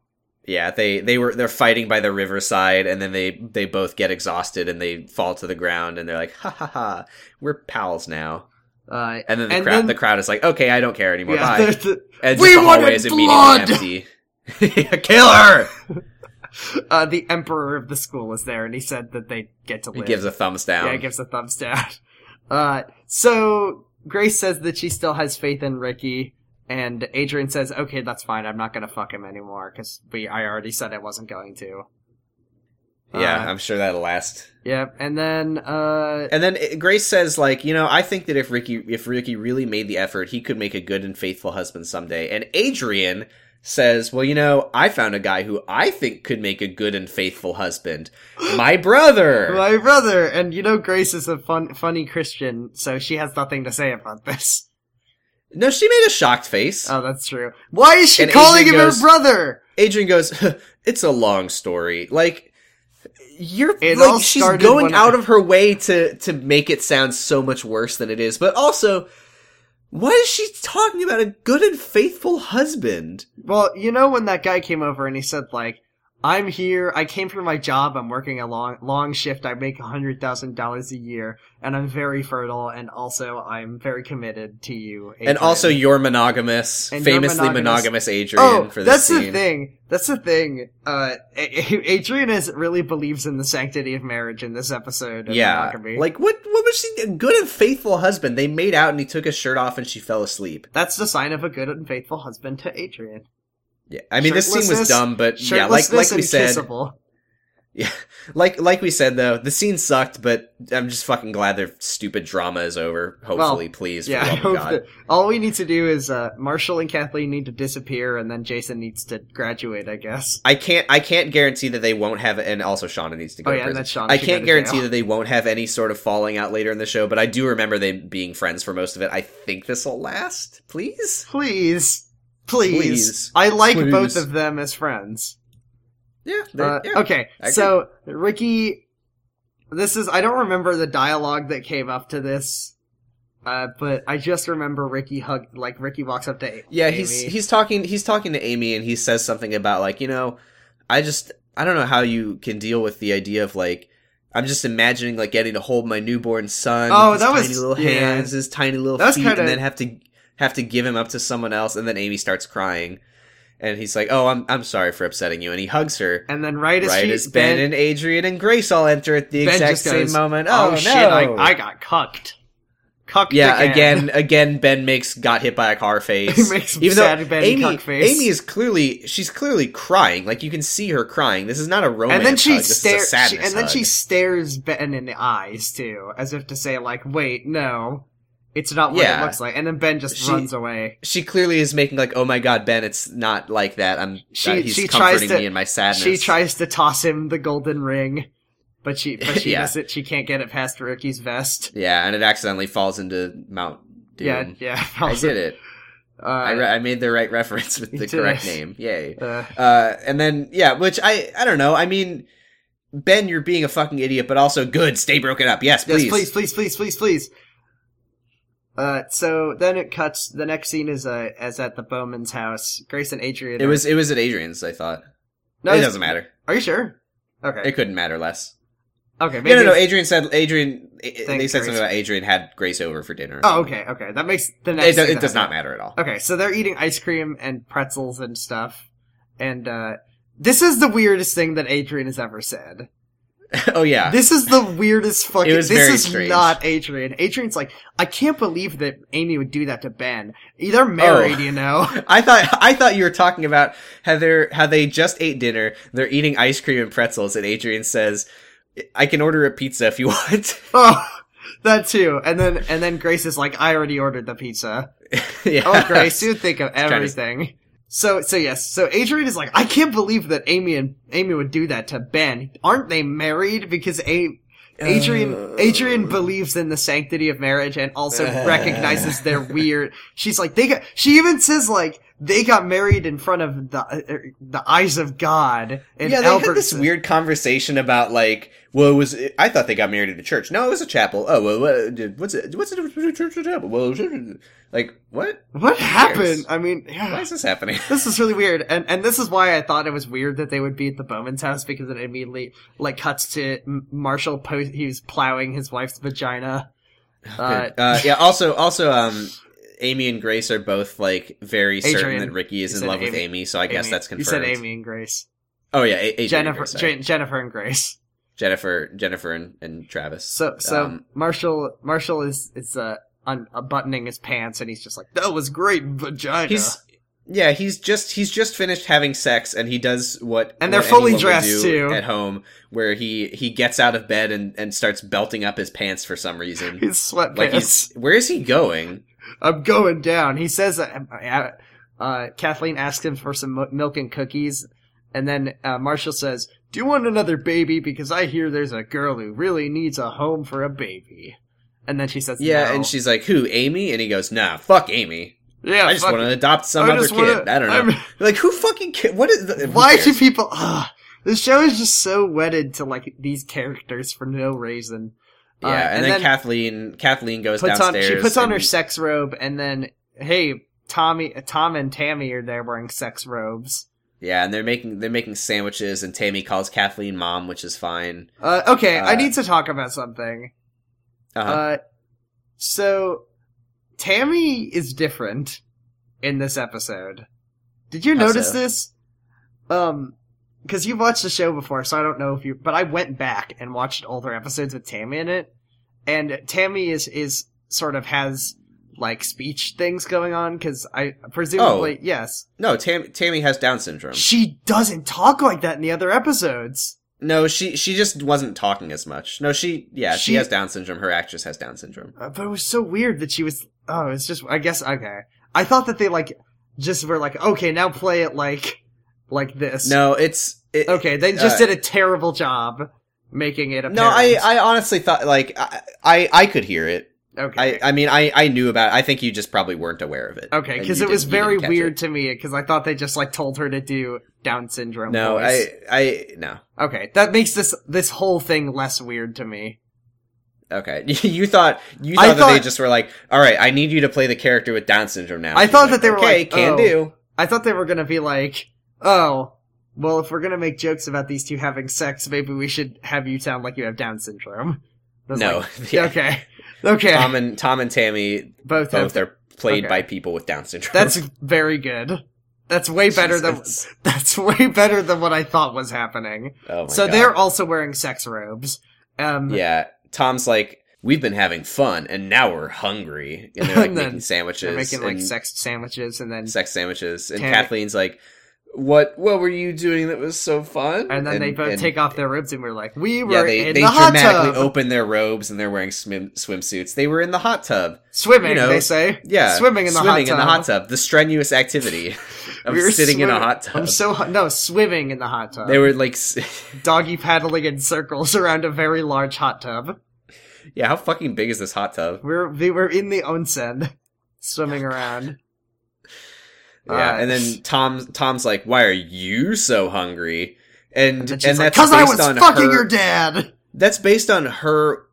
yeah, they they were they're fighting by the riverside, and then they they both get exhausted and they fall to the ground, and they're like, ha ha ha, we're pals now.
Uh,
And then the
And
crowd
then-
the crowd is like, okay, I don't care anymore.
yeah,
Bye.
they're the-
And
We
just the hallway
wanted
is
blood!
immediately empty. Kill her.
uh, the emperor of the school is there, and he said that they get to
He
live.
gives a thumbs down.
Yeah, gives a thumbs down. Uh, so Grace says that she still has faith in Ricky, and Adrian says, "Okay, that's fine. I'm not gonna fuck him anymore because we I already said I wasn't going to."
Yeah,
Uh,
I'm sure that'll last.
Yep. And then, uh,
And then uh, Grace says, like, you know, I think that if Ricky, if Ricky really made the effort, he could make a good and faithful husband someday. And Adrian says, well, you know, I found a guy who I think could make a good and faithful husband, my brother.
my brother, and you know, Grace is a fun, funny Christian, so she has nothing to say about this.
No, she made a shocked face.
Oh, that's true. Why is she
And
calling
Adrian
him
goes-
her brother?
Adrian goes, "It's a long story. Like you're
It all
like she's
started when
going
I-
out of her way to to make it sound so much worse than it is, but also." Why is she talking about a good and faithful husband?
Well, you know when that guy came over and he said like, "I'm here. I came for my job. I'm working a long long shift. I make a hundred thousand dollars a year, and I'm very fertile, and also I'm very committed to you." Adrian."
And also, you're monogamous,
And you're
famously
monogamous.
monogamous, Adrian.
oh,
for this
that's the
scene.
thing. That's the thing. Uh, A- A- Adrian is really believes in the sanctity of marriage in this episode. Of
Yeah,
monogamy.
like what? What was she? A good and faithful husband. They made out, and he took his shirt off, and she fell asleep.
that's the sign of a good and faithful husband to Adrian.
Yeah, I mean, this scene was
Shirtlessness-
dumb, but yeah, like
Shirtlessness
like we
and
said,
kissable.
Yeah, like like we said though, the scene sucked, but I'm just fucking glad their stupid drama is over. Hopefully, please, for
Yeah, I
the love
hope
of God.
that all we need to do is uh, Marshall and Kathleen need to disappear, and then Jason needs to graduate. I guess.
I can't I can't guarantee that they won't have and also Shauna needs to go
Oh,
to
yeah, and
prison.
that's Shauna
I
should go
can't
to
guarantee
jail.
that they won't have any sort of falling out later in the show, but I do remember them being friends for most of it. I think this will last. Please?
Please, please,
Please.
I like
Please.
both of them as friends.
Yeah. they-
Uh,
yeah.
Okay,
I agree.
so Ricky, this is I don't remember the dialogue that came up to this, uh, but I just remember Ricky hug like Ricky walks up to. A-
Yeah, he's
Amy.
he's talking he's talking to Amy and he says something about like, you know, I just I don't know how you can deal with the idea of like I'm just imagining like getting to hold my newborn son
Oh,
with his
that was-
tiny little
yeah.
hands, his tiny little
That was
feet
kinda-
and then have to have to give him up to someone else and then Amy starts crying. And he's like, "Oh, I'm I'm sorry for upsetting you." And he hugs her.
and then right as
right
she
as Ben, and Adrian and Grace all enter at the
Ben
exact
just
same
goes,
moment.
oh,
Oh, no.
shit, I, I got cucked, cucked.
Yeah, again, again, Ben makes got hit by a car face.
He makes sad Ben
Amy,
cuck face.
Amy is clearly she's clearly crying. Like you can see her crying. This is not a romance.
and then she
hug. This is a
stares
sadness
she, and then
hug.
she stares ben in the eyes too as if to say like wait no it's not what
Yeah.
it looks like and then ben just
She-
runs away
she clearly is making like, oh my god, Ben, it's not like that. I'm.
She-
uh, he's
she tries
comforting
to-
me in my sadness.
she tries to toss him the golden ring but she but she
Yeah.
doesn't she can't get it past ricky's vest
Yeah, and it accidentally falls into Mount Doom.
yeah yeah
I did it.
uh,
I, re- I made the right reference with
You
the
did
correct
it.
name. Yay.
uh,
Uh, and then yeah, which I I don't know. I mean, Ben, you're being a fucking idiot, but also good. Stay broken up. Yes,
yes please please please please please uh, so then it cuts. The next scene is uh, as at the Bowman's house. Grace and Adrian.
It
are-
was it was at Adrian's. I thought
No,
it
it's-
doesn't matter.
Are you sure? Okay.
It couldn't matter less.
okay. Maybe
No, no, no.
it's-
Adrian said Adrian. They said
Thank
something
Grace.
about Adrian had Grace over for dinner.
Oh, okay, okay. That makes the
It,
next.
do-
thing
it does
that
not
happened.
matter at all.
Okay, so they're eating ice cream and pretzels and stuff, and uh, this is the weirdest thing that Adrian has ever said.
oh yeah,
This is the weirdest fucking.
It was
this
very
is
strange.
not Adrian. Adrian's like, I can't believe that Amy would do that to Ben. They're married,
Oh.
you know.
I thought I thought you were talking about how they're how they just ate dinner. They're eating ice cream and pretzels, and Adrian says, "I can order a pizza if you want."
Oh, that too. And then and then Grace is like, I already ordered the pizza.
yeah.
Oh, Grace, you think of
to-
everything. So so yes, so Adrian is like, I can't believe that Amy and Amy would do that to Ben. Aren't they married? Because A Adrian
Uh.
Adrian believes in the sanctity of marriage and also recognizes their weird. She's like they got. She even says like they got married in front of the uh, the eyes of God. And
yeah, they had this
Albertson.
weird conversation about like, well, it was I thought they got married in a church? No, it was a chapel. Oh, well, what, what's it? What's the difference between a church and a chapel? Well, like what?
What happened?
cares?
I mean, yeah.
Why is this happening?
this is really weird, and and this is why I thought it was weird that they would be at the Bowman's house because it immediately like cuts to M- Marshall. Post he was plowing his wife's vagina. Uh,
uh, yeah. Also, also, um, Amy and Grace are both like very certain
Adrian.
that Ricky is
You
in
said
love with
Amy.
Amy, so I guess
Amy-
that's confirmed.
You said Amy and Grace,
Oh yeah, A- Adrian and
Jennifer,
Grace, sorry.
Jen- Jennifer and Grace.
Jennifer, Jennifer, and, and Travis.
So so
Um,
Marshall Marshall is is uh un- buttoning his pants, and he's just like, "That was great vagina."
he's yeah, he's just he's just finished having sex, and he does what
And they're
what
fully
anyone would
dressed,
do
too.
at home, where he he gets out of bed and and starts belting up his pants for some reason.
his sweatpants.
like he's where is he going?
I'm going down. He says, uh, uh, uh, Kathleen asks him for some mo- milk and cookies, and then uh, Marshall says, Do you want another baby? Because I hear there's a girl who really needs a home for a baby. And then she says,
Yeah,
no.
and she's like, "Who, Amy?" And he goes, "Nah, fuck Amy.
yeah,
I just
fuck
want to
it.
adopt some
I
other
just
kid.
wanna-
I don't know.
I'm-
Like, who fucking kid? What is? The, who
Why do
cares?
people. Uh, this show is just so wedded to, like, these characters for no reason.
Yeah,
Uh,
and, then, Kathleen Kathleen goes
puts on
downstairs.
she puts on her
and-
sex robe and then hey Tommy Tom and Tammy are there wearing sex robes.
Yeah, and they're making they're making sandwiches, and Tammy calls Kathleen mom, which is fine.
Uh, okay, I
Uh,
need to talk about something.
Uh-huh.
Uh, so Tammy is different in this episode. Did you
How
notice
so?
this? Um, because you've watched the show before, so I don't know if you. But I went back and watched older episodes with Tammy in it, and Tammy is is sort of has like speech things going on because I
Oh.
presumably yes
no, Tam- Tammy has Down syndrome.
she doesn't talk like that in the other episodes.
No, she she just wasn't talking as much. No, she yeah, she,
She-
has Down syndrome. Her actress has Down syndrome.
Uh, but it was so weird that she was. Oh, it's just. I guess okay. I thought that they like just were like, okay, now play it like like this.
No, it's it,
Okay, they just
uh,
did a terrible job making it. Apparent.
No, I I honestly thought like I I, I could hear it.
okay.
I I mean I I knew about. it. I think you just probably weren't aware of it.
Okay,
And
because
you
it was
didn't- you
very
didn't catch
weird
it.
to me because I thought they just like told her to do Down syndrome.
No,
voice.
I I no.
I okay that makes this this whole thing less weird to me.
Okay, you thought you
I
thought, that they
thought-
just were like, all right, I need you to play the character with Down syndrome now.
I
She's
thought that they were
okay,
like,
can
oh.
do.
I thought they were gonna be like, oh, well, if we're gonna make jokes about these two having sex, maybe we should have you sound like you have Down syndrome. I was
No,
like,
Yeah.
Okay. Okay.
Tom and Tom and Tammy
both
Um, both
have
are played
okay.
by people with Down syndrome.
That's very good. That's way better than
Jesus.
that's way better than what I thought was happening.
Oh my
so
God.
they're also wearing sex robes. Um
yeah. Tom's like, we've been having fun, and now we're hungry, and they're like
And then
making sandwiches,
they're making like
and
sex sandwiches and then
sex sandwiches, and
Tammy-
Kathleen's like, what What were you doing that was so fun?
and then they both
and-
take off their robes and we're like, We were
Yeah, they,
in
they
the hot
dramatically
tub
open their robes and they're wearing swim, swimsuits. They were in the hot tub.
swimming,
you know,
they say.
Yeah,
Swimming in the hot tub.
tub, The strenuous activity of
We were
sitting in a
swimming-
hot tub.
I'm so hu- no swimming in the hot tub.
they were like, s-
doggy paddling in circles around a very large hot tub.
yeah, how fucking big is this hot tub?
We're they were in the onsen, swimming around.
Yeah,
Uh,
and then Tom Tom's like, "Why are you so hungry?" And and,
And she's like,
that's
because
based
I
on
was fucking
her,
your dad.
That's based on her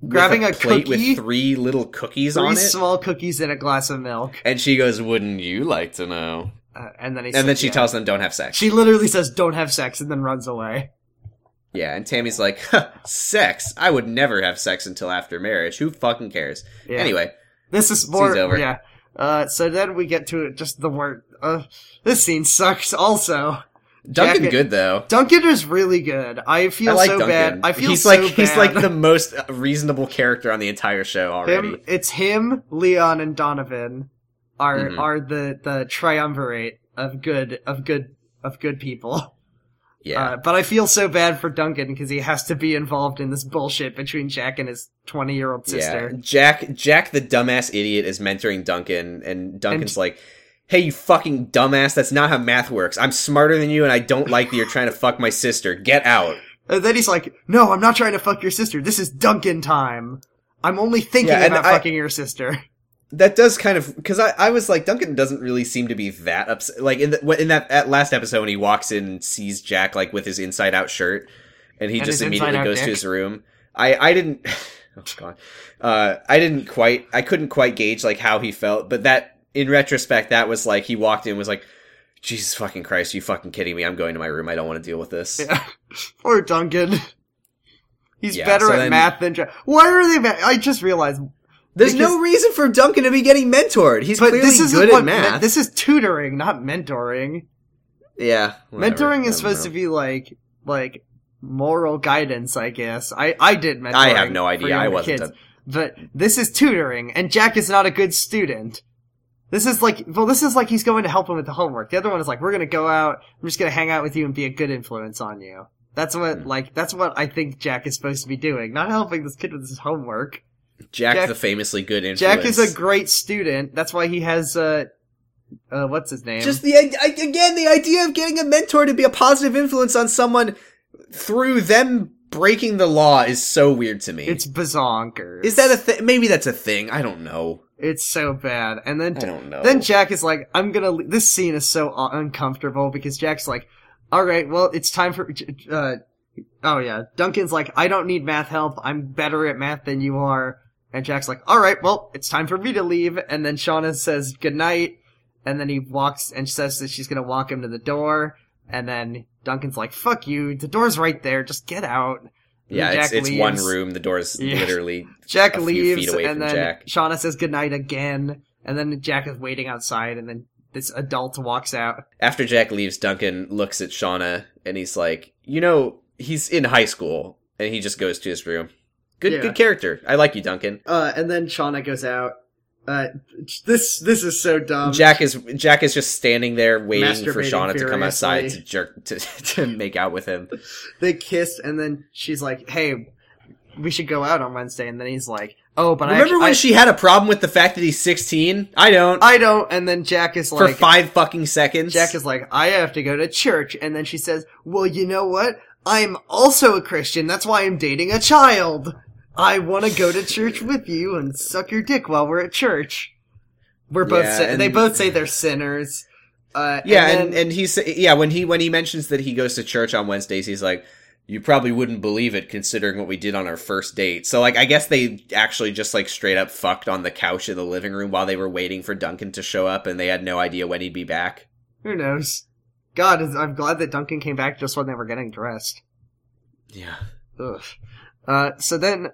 with
Grabbing a
plate
cookie?
with three little cookies
Three
on it,
small cookies and a glass of milk.
and she goes, "Wouldn't you like to know?"
Uh, and then he says,
And then she
yeah.
tells them, "Don't have sex."
She literally says, "Don't have sex," and then runs away.
yeah, and Tammy's like, huh, "Sex? I would never have sex until after marriage. Who fucking cares?"
Yeah.
Anyway,
this is more.
scene's over.
Yeah. Uh, so then we get to just the word. Uh, this scene sucks. Also,
Duncan
Jacket-
good though.
Duncan is really good. I feel
I like
so
Duncan.
bad. I feel
he's
so
like he's
bad.
like the most reasonable character on the entire show already.
Him, uh, it's him, Leon, and Donovan are
Mhm.
are the the triumvirate of good of good of good people.
yeah,
Uh, but I feel so bad for Duncan because he has to be involved in this bullshit between Jack and his twenty year old sister.
Yeah. Jack Jack the dumbass idiot is mentoring Duncan and Duncan's like hey, you fucking dumbass, that's not how math works. I'm smarter than you and I don't like that you're trying to fuck my sister. Get out.
And then he's like, no, I'm not trying to fuck your sister. This is Duncan time. I'm only thinking
Yeah, and
about
I-
fucking your sister.
That does kind of because I, I was like Duncan doesn't really seem to be that upset. Like in the, in that at last episode when he walks in and sees Jack like with his inside out shirt, and he
And his
just immediately
inside-out
goes to
dick.
his room. I I didn't. Oh god, uh, I didn't quite. I couldn't quite gauge like how he felt, but that in retrospect, that was like he walked in and was like, Jesus fucking Christ, you fucking kidding me? I'm going to my room. I don't want to deal with this.
Yeah. Poor Duncan. He's
Yeah,
better
so
at
then-
math than Jack. Why are they ma- I just realized.
There's
Because-
no reason for Duncan to be getting mentored. He's
But
clearly
this isn't
good
what
at math.
men- this is tutoring, not mentoring.
yeah, whatever.
Mentoring
I
is
don't
supposed
know.
to be like, like, moral guidance, I guess. I, I did mentoring.
I have no
for
idea. I
younger
wasn't
kids.
a-
But this is tutoring, and Jack is not a good student. This is like, well, this is like he's going to help him with the homework. The other one is like, we're gonna go out, I'm just gonna hang out with you and be a good influence on you. That's what,
Hmm.
like, that's what I think Jack is supposed to be doing. Not helping this kid with his homework.
Jack,
Jack-
the famously good influence.
Jack is a great student. That's why he has, uh, uh, what's his name?
just the i- I- again the idea of getting a mentor to be a positive influence on someone through them breaking the law is so weird to me.
it's bazonkers.
is that a thing? Maybe that's a thing. I don't know.
It's so bad. And then
I don't know.
then Jack is like, I'm gonna. le- This scene is so un- uncomfortable because Jack's like, all right, well, it's time for. j- j- Uh, oh yeah, Duncan's like, I don't need math help. I'm better at math than you are. And Jack's like, all right, well, it's time for me to leave. And then Shauna says good night, and then he walks and says that she's gonna walk him to the door. And then Duncan's like, fuck you, the door's right there, just get out. And
yeah, it's,
Jack
it's one
leaves.
room. The door's
Yeah.
literally.
Jack
a few
leaves,
feet away
and
from
then
Jack.
Shauna says goodnight again, and then Jack is waiting outside, and then this adult walks out.
After Jack leaves, Duncan looks at Shauna and he's like, you know, he's in high school, and he just goes to his room. Good,
Yeah.
good character. I like you, Duncan.
Uh, and then Shauna goes out. Uh, this this is so dumb.
Jack is Jack is just standing there waiting for
Um, Masturbating
Shauna to come outside
furiously.
to jerk to, to make out with him.
they kiss, and then she's like, "Hey, we should go out on Wednesday," and then he's like, "Oh, but
Remember
I, actu-
when
I,
she had a problem with the fact that he's 16? I don't.
I don't." And then Jack is
for
like,
five fucking seconds.
Jack is like, I have to go to church. And then she says, Well, you know what? I'm also a Christian. That's why I'm dating a child. I want to go to church with you and suck your dick while we're at church. We're both,
Yeah,
sin-
and-
they both say they're sinners. Uh,
yeah,
and,
and,
then-
and he sa yeah when he when he mentions that he goes to church on Wednesdays, he's like, you probably wouldn't believe it considering what we did on our first date. So like, I guess they actually just like straight up fucked on the couch in the living room while they were waiting for Duncan to show up, and they had no idea when he'd be back.
who knows? God, is- I'm glad that Duncan came back just when they were getting dressed.
Yeah.
Ugh. Uh, so then,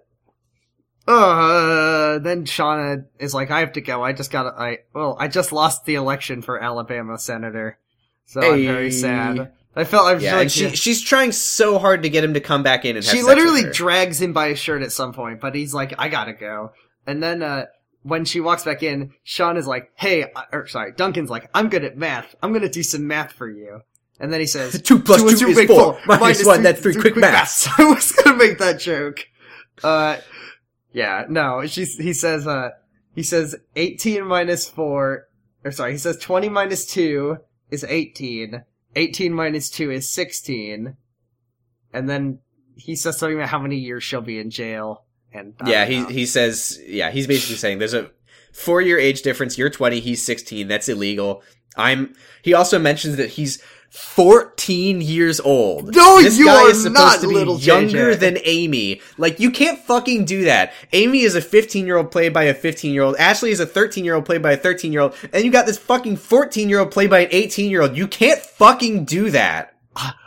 uh, then Shauna is like, I have to go. I just got, I, well, I just lost the election for Alabama senator. So I'm very
Hey.
sad. I felt, I was
Yeah, and
like,
she, she's trying so hard to get him to come back in and have
she
sex with
literally
her.
drags him by his shirt at some point, but he's like, I gotta go. And then, uh, when she walks back in, Sean is like, hey, I- or sorry, Duncan's like, I'm good at math. I'm gonna do some math for you. And then he says,
two plus
Two and
two, is four. Minus,
Minus
one,
three-
that's three.
three
quick, maths.
I was gonna make that joke. Uh, yeah, no, she's, he says, uh, he says 18 minus 4, or sorry, he says 20 minus 2 is 18, 18 minus 2 is 16, and then he says something about how many years she'll be in jail, and I
yeah,
don't
he
know.
he says yeah, he's basically saying there's a four year age difference. You're 20, he's 16. That's illegal. I'm. He also mentions that he's 14 years old.
No,
this
you
guy
are
is supposed
not,
to be
little
younger
JJ.
than Amy. Like you can't fucking do that. Amy is a 15 year old played by a 15 year old. Ashley is a 13 year old played by a 13 year old, and you got this fucking 14 year old played by an 18 year old. You can't fucking do that.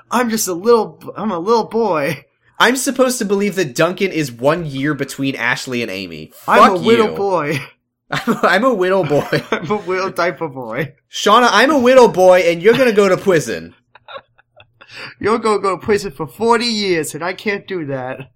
I'm just a little, I'm a little boy.
I'm supposed to believe that Duncan is one year between Ashley and Amy. Fuck
I'm a
you.
little boy.
I'm a, I'm a widow boy.
I'm a little type of boy.
Shauna, I'm a widow boy and you're gonna go to prison.
You're gonna go to prison for 40 years, and I can't do that.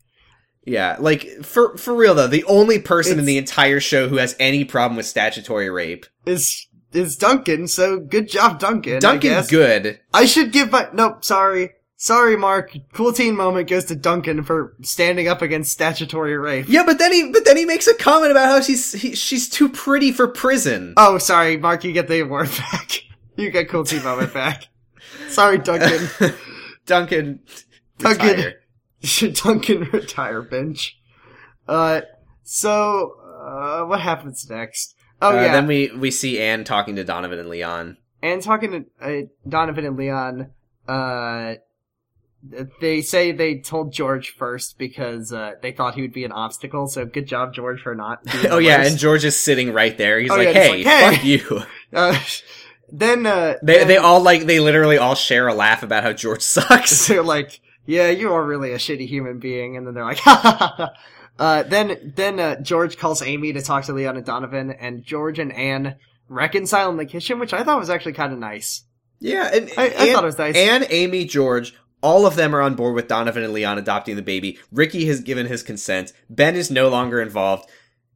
Yeah, like for for real though, the only person in
It's-
the entire show who has any problem with statutory rape.
is is Duncan. So good job, Duncan. I
Duncan
guess.
good.
I should give my nope. Sorry, Sorry, Mark. Cool teen moment goes to Duncan for standing up against statutory rape.
Yeah, but then he but then he makes a comment about how she's he, she's too pretty for prison.
Oh, sorry, Mark. You get the award back. You get cool teen moment back. Sorry, Duncan.
Duncan,
Duncan.
retire.
Duncan retire bench. Uh, so uh, what happens next? Oh
Uh,
yeah,
Then we we see Anne talking to Donovan and Leon.
and talking to uh, Donovan and Leon, uh, they say they told George first because uh, they thought he would be an obstacle. So good job, George, for not. Being
Oh yeah,
first.
and George is sitting right there. He's
Oh,
like,
yeah,
hey,
he's like,
fuck you.
uh, then uh,
They
then
they all like they literally all share a laugh about how George sucks.
they're like, "Yeah, you are really a shitty human being," and then they're like, "Ha ha ha." ha." Uh, then then uh, George calls Amy to talk to Leon and Donovan, and George and Anne reconcile in the kitchen, which I thought was actually kind of nice.
yeah, and
I, I
and-
thought it was nice.
Anne, Amy, George, all of them are on board with Donovan and Leon adopting the baby. Ricky has given his consent. Ben is no longer involved.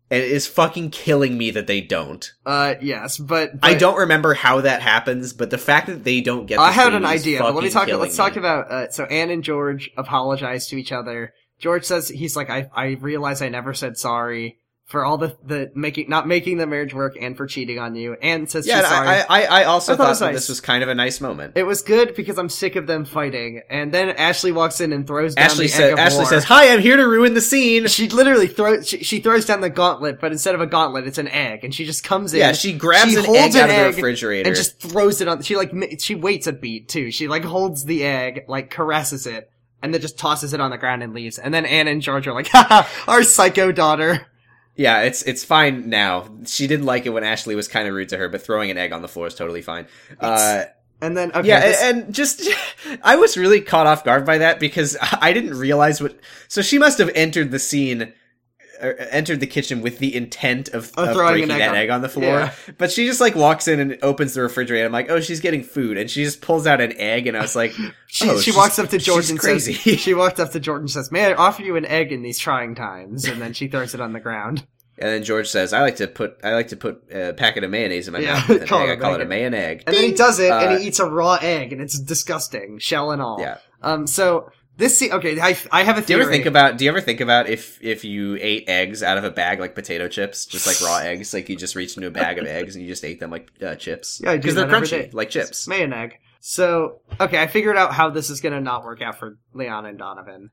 And it is fucking killing me that they don't.
uh, yes, but,
I
but
don't remember how that happens, but the fact that they don't get.
I
this
had
baby
an
is
idea. But let me
fucking
talk.
killing
Let's
me.
talk about. Uh, so Anne and George apologize to each other. George says he's like, "I I realize I never said sorry." For all the, the making not making the marriage work and for cheating on you, Anne says
Yeah,
she's
and
sorry.
I, I, I also
I thought it
thought,
was
that
nice.
this was kind of a nice moment.
It was good because I'm sick of them fighting. And then Ashley walks in and throws down
Ashley
the egg
says,
of
Ashley
war.
says, "Hi, I'm here to ruin the scene."
she literally throws she, she throws down the gauntlet, but instead of a gauntlet, it's an egg, and she just comes in.
Yeah, she grabs
she
an
holds
egg out
an
of the
egg
refrigerator.
and just throws it on. She like mi- she waits a beat too. She like holds the egg, like caresses it, and then just tosses it on the ground and leaves. And then Anne and George are like, "Ha ha, our psycho daughter."
yeah, it's it's fine now. She didn't like it when Ashley was kind of rude to her, but throwing an egg on the floor is totally fine. Uh,
And then okay,
yeah,
this-
a- and just I was really caught off guard by that because I didn't realize what. So she must have entered the scene, or entered the kitchen with the intent of,
Of
of
throwing
breaking
an egg
that
on-
egg on the floor.
Yeah.
But she just like walks in and opens the refrigerator. I'm like, oh, she's getting food, and she just pulls out an egg, and I was like,
She,
oh,
she
she's-
walks up to George
she's
and
crazy.
says, "She walked up to George and says, "May I offer you an egg in these trying times?" And then she throws it on the ground.
and then George says, I like to put I like to put a packet of mayonnaise in my
Yeah,
mouth. With an
call
egg.
it
I
a
call it a may and egg.
And then he does it,
Uh,
and he eats a raw egg, and it's disgusting, shell and all.
Yeah.
Um. So this. se- Okay. I I have a
Do you
theory.
ever think about Do you ever think about if if you ate eggs out of a bag like potato chips, just like raw eggs, like you just reached into a bag of eggs and you just ate them like uh, chips?
Yeah, I do
because they're
that every day.
crunchy, like chips.
May an egg. So okay, I figured out how this is gonna not work out for Leon and Donovan.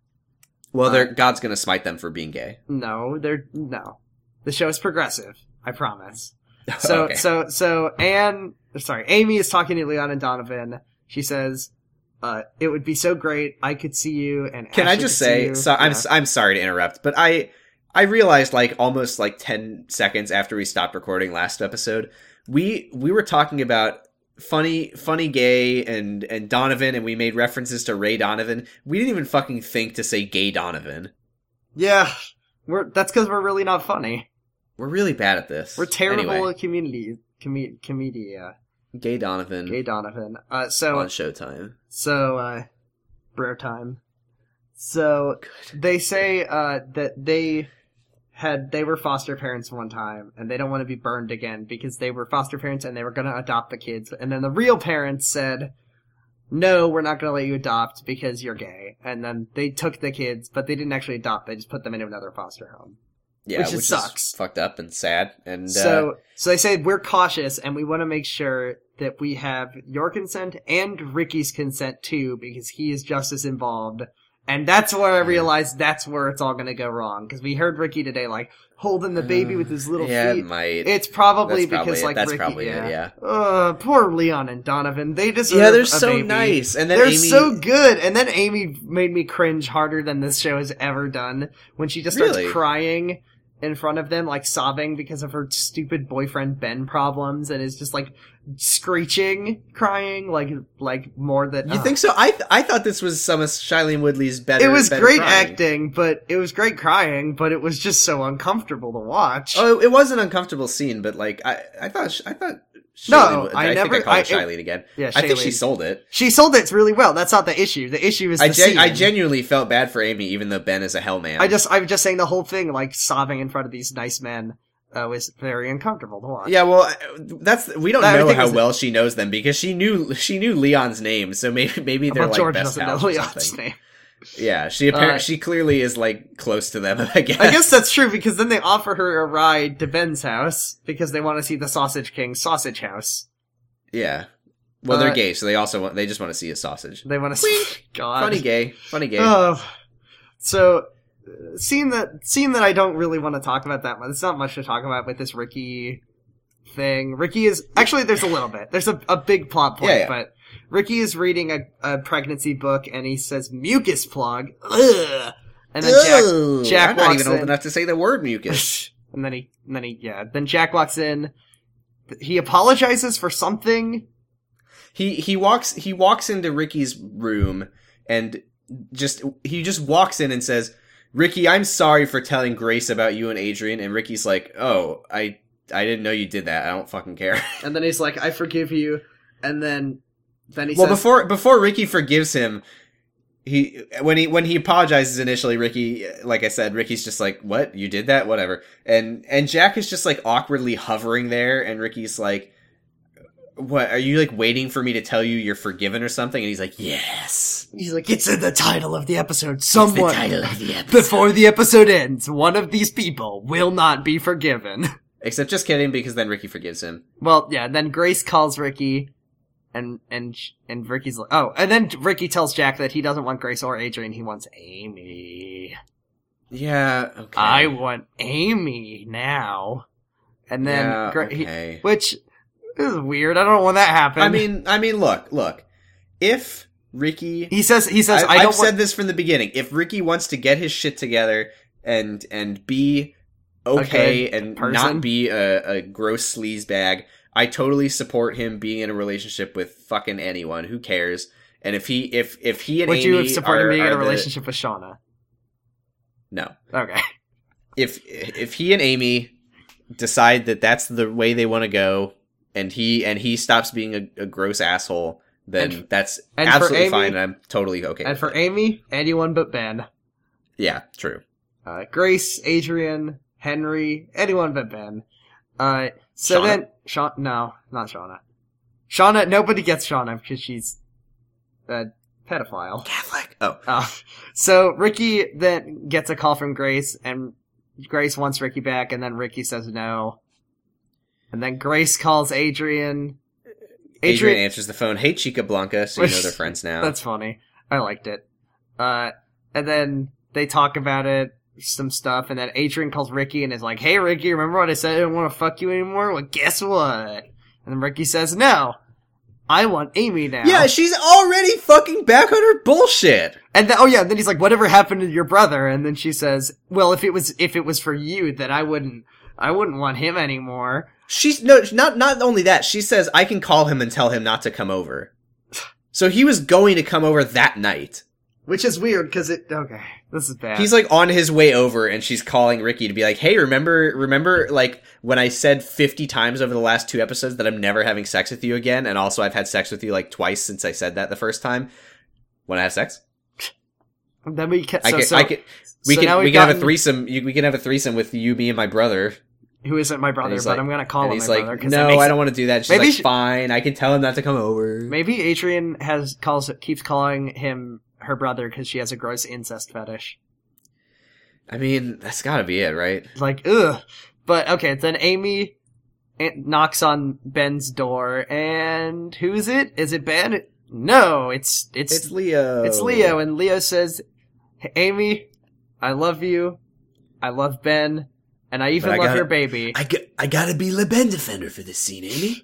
Well, they're Uh, God's gonna smite them for being gay.
No, they're no. The show is progressive. I promise. So
Okay.
so so Anne sorry, Amy is talking to Leon and Donovan. She says, uh, it would be so great. I could see you and
Can I
Ashley
just
could see
say?
you."
So I'm
Yeah.
s- I'm sorry to interrupt, but I I realized like almost like ten seconds after we stopped recording last episode, we we were talking about funny funny gay and and Donovan, and we made references to Ray Donovan. We didn't even fucking think to say gay Donovan.
Yeah. We're that's because we're really not funny.
We're really bad at this.
We're terrible
Anyway.
at community com- comedia.
Gay Donovan
Gay Donovan. Uh so
on Showtime.
So, uh, bro time. So, they say, uh, that they had, they were foster parents one time, and they don't want to be burned again because they were foster parents and they were gonna adopt the kids. And then the real parents said, no, we're not gonna let you adopt because you're gay. And then they took the kids, but they didn't actually adopt, they just put them into another foster home.
Yeah,
Which
which,
is sucks.
is fucked up and sad. And uh,
So, so they say we're cautious and we want to make sure that we have your consent and Ricky's consent too, because he is just as involved. And that's where I realized that's where it's all going to go wrong. Because we heard Ricky today, like holding the baby with his little
Mm, yeah,
feet.
it might.
It's probably
that's probably
because
it.
like
that's
Ricky,
probably
yeah.
it. Yeah,
Uh, poor Leon and Donovan. They deserve.
yeah, they're
a
so
baby.
nice. And then
They're
Amy,
so good. And then Amy made me cringe harder than this show has ever done when she just starts
Really?
crying in front of them, like sobbing because of her stupid boyfriend Ben problems, and is just like screeching, crying, like like more than
you
uh.
think so? I th- I thought this was some of Shailene Woodley's better.
It was
better
great
crying.
acting, but it was great crying, but it was just so uncomfortable to watch.
Oh, it was an uncomfortable scene, but like I I thought sh- I thought.
No,
Shailene Wood-
I never-
think I called
I-
her Shailene again.
yeah,
I think
Shailene.
she sold it.
She sold it really well. That's not the issue. The issue is the
I gen- I
scene.
genuinely felt bad for Amy, even though Ben is a hell man.
I just I'm just saying the whole thing like sobbing in front of these nice men. uh, was very uncomfortable to watch.
Yeah, well, that's we don't
I
know
think
how
it's-
well she knows them because she knew she knew Leon's name, so maybe maybe they're
well,
like
George
best
doesn't know
pals or
Leon's
something.
name.
Yeah, she apparently
Uh,
she clearly is like close to them. I guess.
I guess that's true because then they offer her a ride to Ben's house because they want to see the Sausage King's sausage house.
Yeah. Well, they're
Uh,
gay, so they also want they just want to see a sausage.
They want to see God.
Funny gay, funny gay.
Oh, so uh, scene that scene that I don't really want to talk about that much. It's not much to talk about with this Ricky thing. Ricky is actually there's a little bit. There's a, a big plot point,
Yeah, yeah.
but Ricky is reading a, a pregnancy book and he says mucus plug. Ugh. And then Jack
Ooh,
Jack
I'm not
walks
even old
in.
enough to say the word mucus.
and then he and then he yeah. Then Jack walks in. He apologizes for something.
he he walks he walks into Ricky's room and just he just walks in and says, "Ricky, I'm sorry for telling Grace about you and Adrian." And Ricky's like, "Oh, I I didn't know you did that. I don't fucking care."
And then he's like, I forgive you. And then then he
well,
says
before before Ricky forgives him, he when he when he apologizes initially, Ricky, like I said, Ricky's just like, "What? You did that? Whatever." And and Jack is just like awkwardly hovering there, and Ricky's like. What are you like waiting for me to tell you you're forgiven or something? And he's like, "Yes."
he's like, It's in the title of the episode. Someone
of the episode.
Before the episode ends, one of these people will not be forgiven.
Except just kidding, because then Ricky forgives him.
Well, yeah, then Grace calls Ricky and and and Ricky's like, "Oh, and then Ricky tells Jack that he doesn't want Grace or Adrian, he wants Amy.
Yeah. Okay.
I want Amy now." And then
Yeah,
Gra- he-
okay.
which is weird. I don't know when that happened.
I mean, I mean, look, look. If Ricky,
he says he says I,
I,
don't
have
want
said this from the beginning. If Ricky wants to get his shit together and and be okay and
person.
not be a, a gross sleaze bag, I totally support him being in a relationship with fucking anyone. Who cares? And if he if if he and
would
Amy
you have supported
are,
being in
are
a
the-
relationship with Shauna?
no.
Okay.
if if he and Amy decide that that's the way they want to go, and he and he stops being a, a gross asshole, then
And-
that's
and for
absolutely
Amy-
fine, and I'm totally okay.
And
with
for
it.
Amy, anyone but Ben.
yeah, true.
uh, Grace, Adrian, Henry, anyone but Ben. Uh, so
Shauna?
then, Sha- no, not Shauna. Shauna, nobody gets Shauna because she's a pedophile.
Catholic. Oh,
Uh, so Ricky then gets a call from Grace, and Grace wants Ricky back, and then Ricky says no. And then Grace calls Adrian.
Adrian, answers the phone. Hey, Chica Blanca. So you know they're friends now.
That's funny. I liked it. Uh, and then they talk about it, some stuff, and then Adrian calls Ricky and is like, "Hey, Ricky, remember what I said? I didn't want to fuck you anymore. Well, guess what?" And then Ricky says, "No, I want Amy now."
yeah, she's already fucking back on her bullshit.
And then, oh yeah, and then he's like, "Whatever happened to your brother?" And then she says, "Well, if it was if it was for you, then I wouldn't I wouldn't want him anymore."
She's no, not not only that. She says I can call him and tell him not to come over. So he was going to come over that night.
Which is weird because it okay, this is bad.
He's like on his way over and she's calling Ricky to be like, "Hey, remember remember like when I said 50 times over the last two episodes that I'm never having sex with you again and also I've had sex with you like twice since I said that the first time. When I have sex,
and then we ca-
I
so,
can
so,
I can we
so
can
now
we
we've
can have a
gotten-
threesome. You, we can have a threesome with you, me, and my brother.
who isn't my brother,
he's
but
like-
I'm gonna call
And
him
he's
my
like,
brother. 'cause that
"No,
makes
I don't want to do that." And she's
Maybe
like,
she-
"Fine, I can tell him not to come over."
Maybe Adrian has calls keeps calling him her brother because she has a gross incest fetish.
I mean, that's got to be it, right?
Like ugh. But okay, then Amy eh, knocks on Ben's door, and who is it? Is it Ben? No, it's it's
It's
it's,
Leo.
Leo, and Leo says, "Hey, "Amy, I love you. I love Ben, and I even
But I
love
gotta-
your baby.
I, got, I gotta be Le Ben defender for this scene, Amy.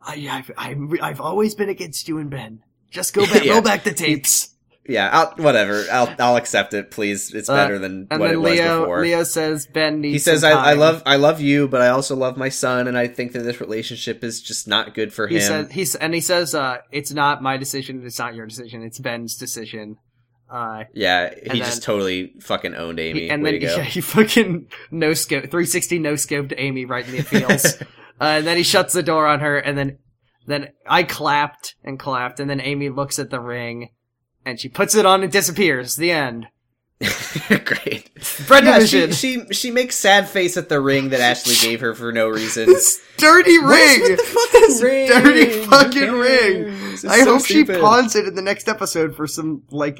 I, I've I'm, re- I've always been against you and Ben. Just go back,
Yeah.
roll back the tapes."
Yeah, I'll, whatever. I'll I'll accept it, please. It's
Uh,
better than
And
what it
then
was
Leo
before.
Leo says Ben needs.
he says,
some
I, "I
time."
love I love you, but I also love my son, and I think that this relationship is just not good for
He
him."
says he's and he says uh, it's not my decision. It's not your decision. It's Ben's decision. Uh,
yeah,
and
he just
then-
totally fucking owned Amy.
he, and
Way
then
to go.
yeah, he fucking no scope 360 no scoped Amy right in the feels. uh, and then he shuts the door on her. And then then I clapped and clapped. And then Amy looks at the ring, and she puts it on and disappears. The end.
Great.
Bread
Yeah, she,
division.
she she makes sad face at the ring that Ashley gave her for no reason.
this dirty
What's
ring.
with the fucking ring?
dirty fucking
Who
ring.
cares? It's
I
so
hope
stupid.
she pawns it in the next episode for some like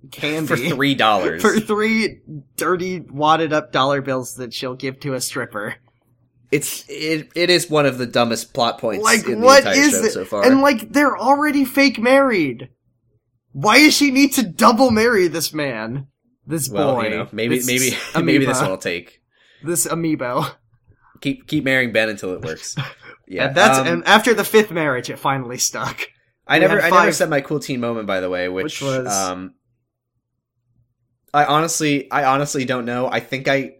for
candy
three dollars.
For three dirty wadded up dollar bills that she'll give to a stripper.
It's it it is one of the dumbest plot points
Like
in
what
the entire
is
show
it?
so far.
And like they're already fake married. Why does she need to double marry this man? This
well,
boy.
you know, maybe
this
maybe
amoeba,
maybe this one'll take.
this amiibo.
Keep keep marrying Ben until it works. Yeah,
and that's
um,
and after the fifth marriage, it finally stuck.
I
we
never
had
I never
five.
said my cool teen moment by the way, which,
Which was-
um I honestly I honestly don't know. I think I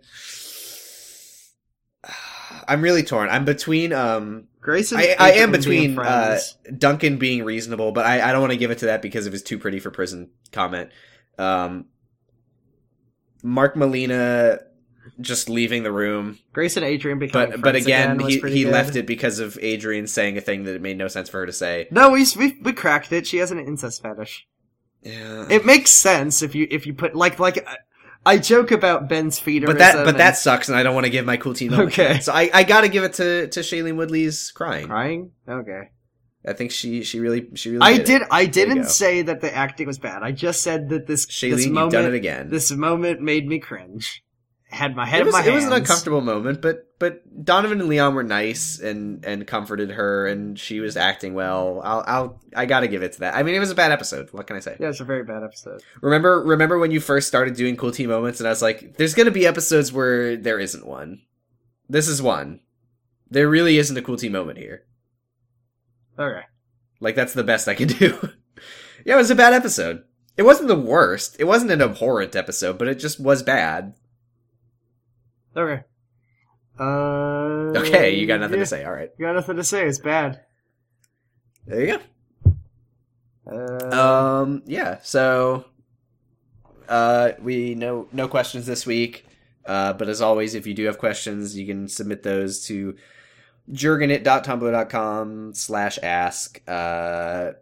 I'm really torn. I'm between um
Grace and
I, I am
Abraham being
between uh,
friends.
Duncan being reasonable, but I, I don't want to give it to that because of his too pretty for prison comment. Um, Mark Molina just leaving the room,
Grace and Adrian becoming
but but
friends
again,
was
he,
pretty
he
good.
left it because of Adrian saying a thing that it made no sense for her to say.
No, we, we we cracked it. She has an incest fetish.
Yeah.
It makes sense if you if you put like like I- I joke about Ben's feeder,
but that but that sucks, and I don't want to give my cool team.
Okay.
so I, I got to give it to to Shailene Woodley's crying.
crying. Okay,
I think she she really she really.
I
it.
did. I
you
didn't
go.
say that the acting was bad. I just said that this
Shailene,
this
you've
moment
done it again.
this moment made me cringe. Had my head
it was,
in my
it was
hands.
an uncomfortable moment, but but Donovan and Leon were nice and and comforted her, and she was acting well. I'll I'll I gotta give it to that. I mean, it was a bad episode. What can I say?
Yeah, it's a very bad episode.
Remember remember when you first started doing cool team moments, and I was like, "There's gonna be episodes where there isn't one. This is one. There really isn't a cool team moment here.
Okay,
Like that's the best I can do." yeah, it was a bad episode. It wasn't the worst. It wasn't an abhorrent episode, but it just was bad.
okay. Uh,
Okay, you got nothing
yeah,
to say. All right,
You got nothing to say. It's bad.
there you go.
Uh,
Um. Yeah. So, uh, we no no questions this week. Uh, but as always, if you do have questions, you can submit those to jurgenit.tumblr.com slash ask. Uh,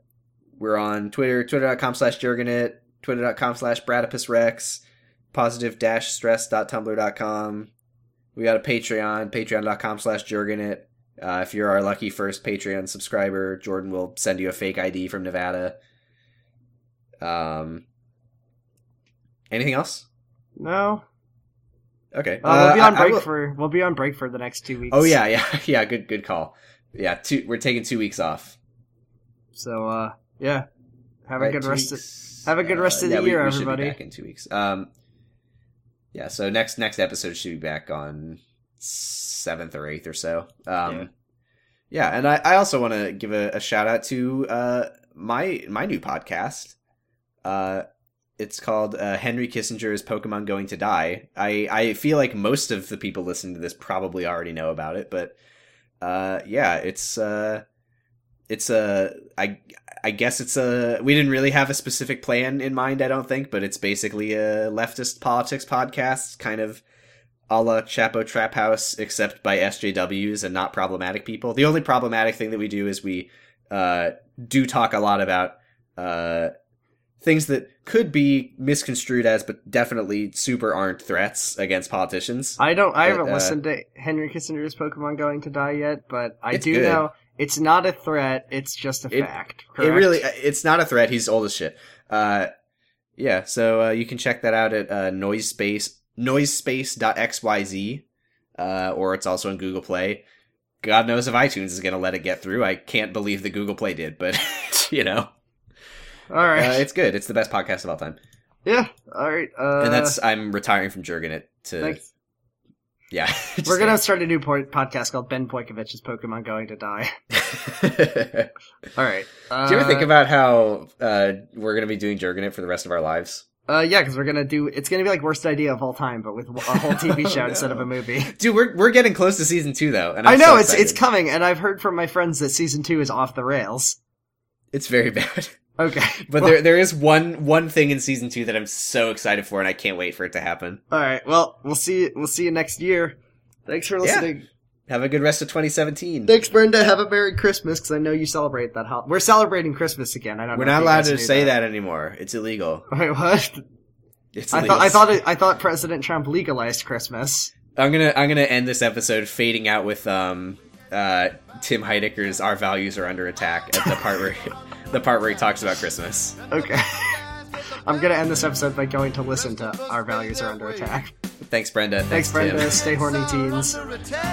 we're on Twitter, twitter.com slash jurgenit, twitter.com slash bradipusrex, positive dash stress.tumblr.com. We got a Patreon, patreon.com slash jurgenit. Uh, if you're our lucky first Patreon subscriber, Jordan will send you a fake ID from Nevada. Um, anything else?
no.
Okay.
Uh, we'll be on
I- I
break
will-
for we'll be on break for the next two weeks.
Oh yeah, yeah, yeah. Good, good call. Yeah, two, we're taking two weeks off.
So uh yeah. Have
Right,
a good
two
rest of
weeks. Uh,
have a good rest of the
yeah, we-
year,
we should be
everybody.
back in two weeks. Um, yeah. So next next episode should be back on seventh or eighth or so. Um, yeah.
Yeah.
and I, I also want to give a, a shout out to uh my my new podcast. Uh, it's called uh, Henry Kissinger's Pokemon Going to Die. I I feel like most of the people listening to this probably already know about it, but uh, yeah, it's uh, it's a I I guess it's a we didn't really have a specific plan in mind. I don't think, but it's basically a leftist politics podcast, kind of a la Chapo Trap House, except by SJWs and not problematic people. The only problematic thing that we do is we uh, do talk a lot about uh, things that could be misconstrued as, but definitely super aren't threats against politicians.
I don't
But,
I haven't
uh,
listened to Henry Kissinger's Pokemon Going to Die yet, but I
It's
do
good.
know it's not a threat, it's just a
It-
fact.
It
correct?
really, it's not a threat. He's old as shit. Uh, yeah, so uh, you can check that out at uh, noise space noisespace.xyz, uh, or it's also in Google Play. God knows if iTunes is going to let it get through. I can't believe that Google Play did, but you know, uh,
Alright.
it's good. It's the best podcast of all time,
yeah. Alright. Uh
and that's I'm retiring from jerking it to
thanks.
yeah. just
We're gonna start a new po- podcast called Ben Poikovich's Pokemon Going to Die.
kidding.
Alright. Uh,
Do you ever think about how uh, we're going to be doing jerking it for the rest of our lives?
Uh, yeah, because we're gonna do. It's gonna be like worst idea of all time, but with a whole TV show
Oh,
instead of
no.
a movie.
Dude, we're we're getting close to season two though, and I'm
I know
so
it's it's
excited.
coming, and I've heard from my friends that season two is off the rails.
it's very bad.
Okay,
But there there is one one thing in season two that I'm so excited for, and I can't wait for it to happen.
All right. Well, we'll see. We'll see you next year. Thanks for listening.
Have a good rest of 2017.
Thanks, Brenda. Have a merry Christmas because I know you celebrate that. Hol- We're celebrating Christmas again. I don't.
We're
know if
not
you
allowed
guys
to
knew
say that anymore. It's illegal.
Wait, what?
It's
I thought I thought it, I thought President Trump legalized Christmas.
am gonna I'm gonna end this episode fading out with um uh Tim Heidecker's "Our Values Are Under Attack" at the part where the part where he talks about Christmas.
Okay. I'm gonna end this episode by going to listen to Our Values Are Under Attack.
Thanks, Brenda.
Thanks, Brenda.
Tim.
Stay horny teens.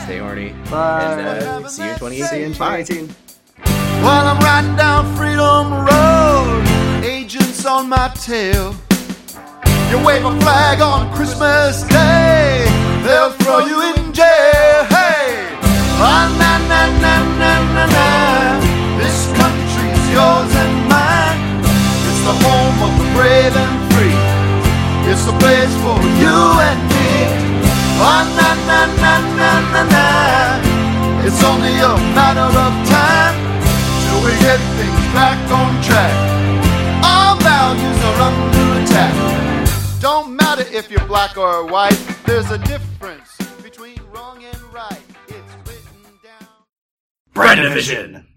Stay horny.
Bye.
And uh, see you in 2018.
See you in
Bye.
2018.
While I'm riding down Freedom Road, agents on my tail. You wave a flag on Christmas Day, they'll throw you in jail. Hey, Ah, na na na na na na. This country's yours and mine. It's the home of the brave and free. It's the place for you and me. Ah, na na na na na na. It's only a matter of time till we get things back on track. Our values are under attack. Don't matter if you're black or white, there's a difference between wrong and right. It's written down.
Brandavision!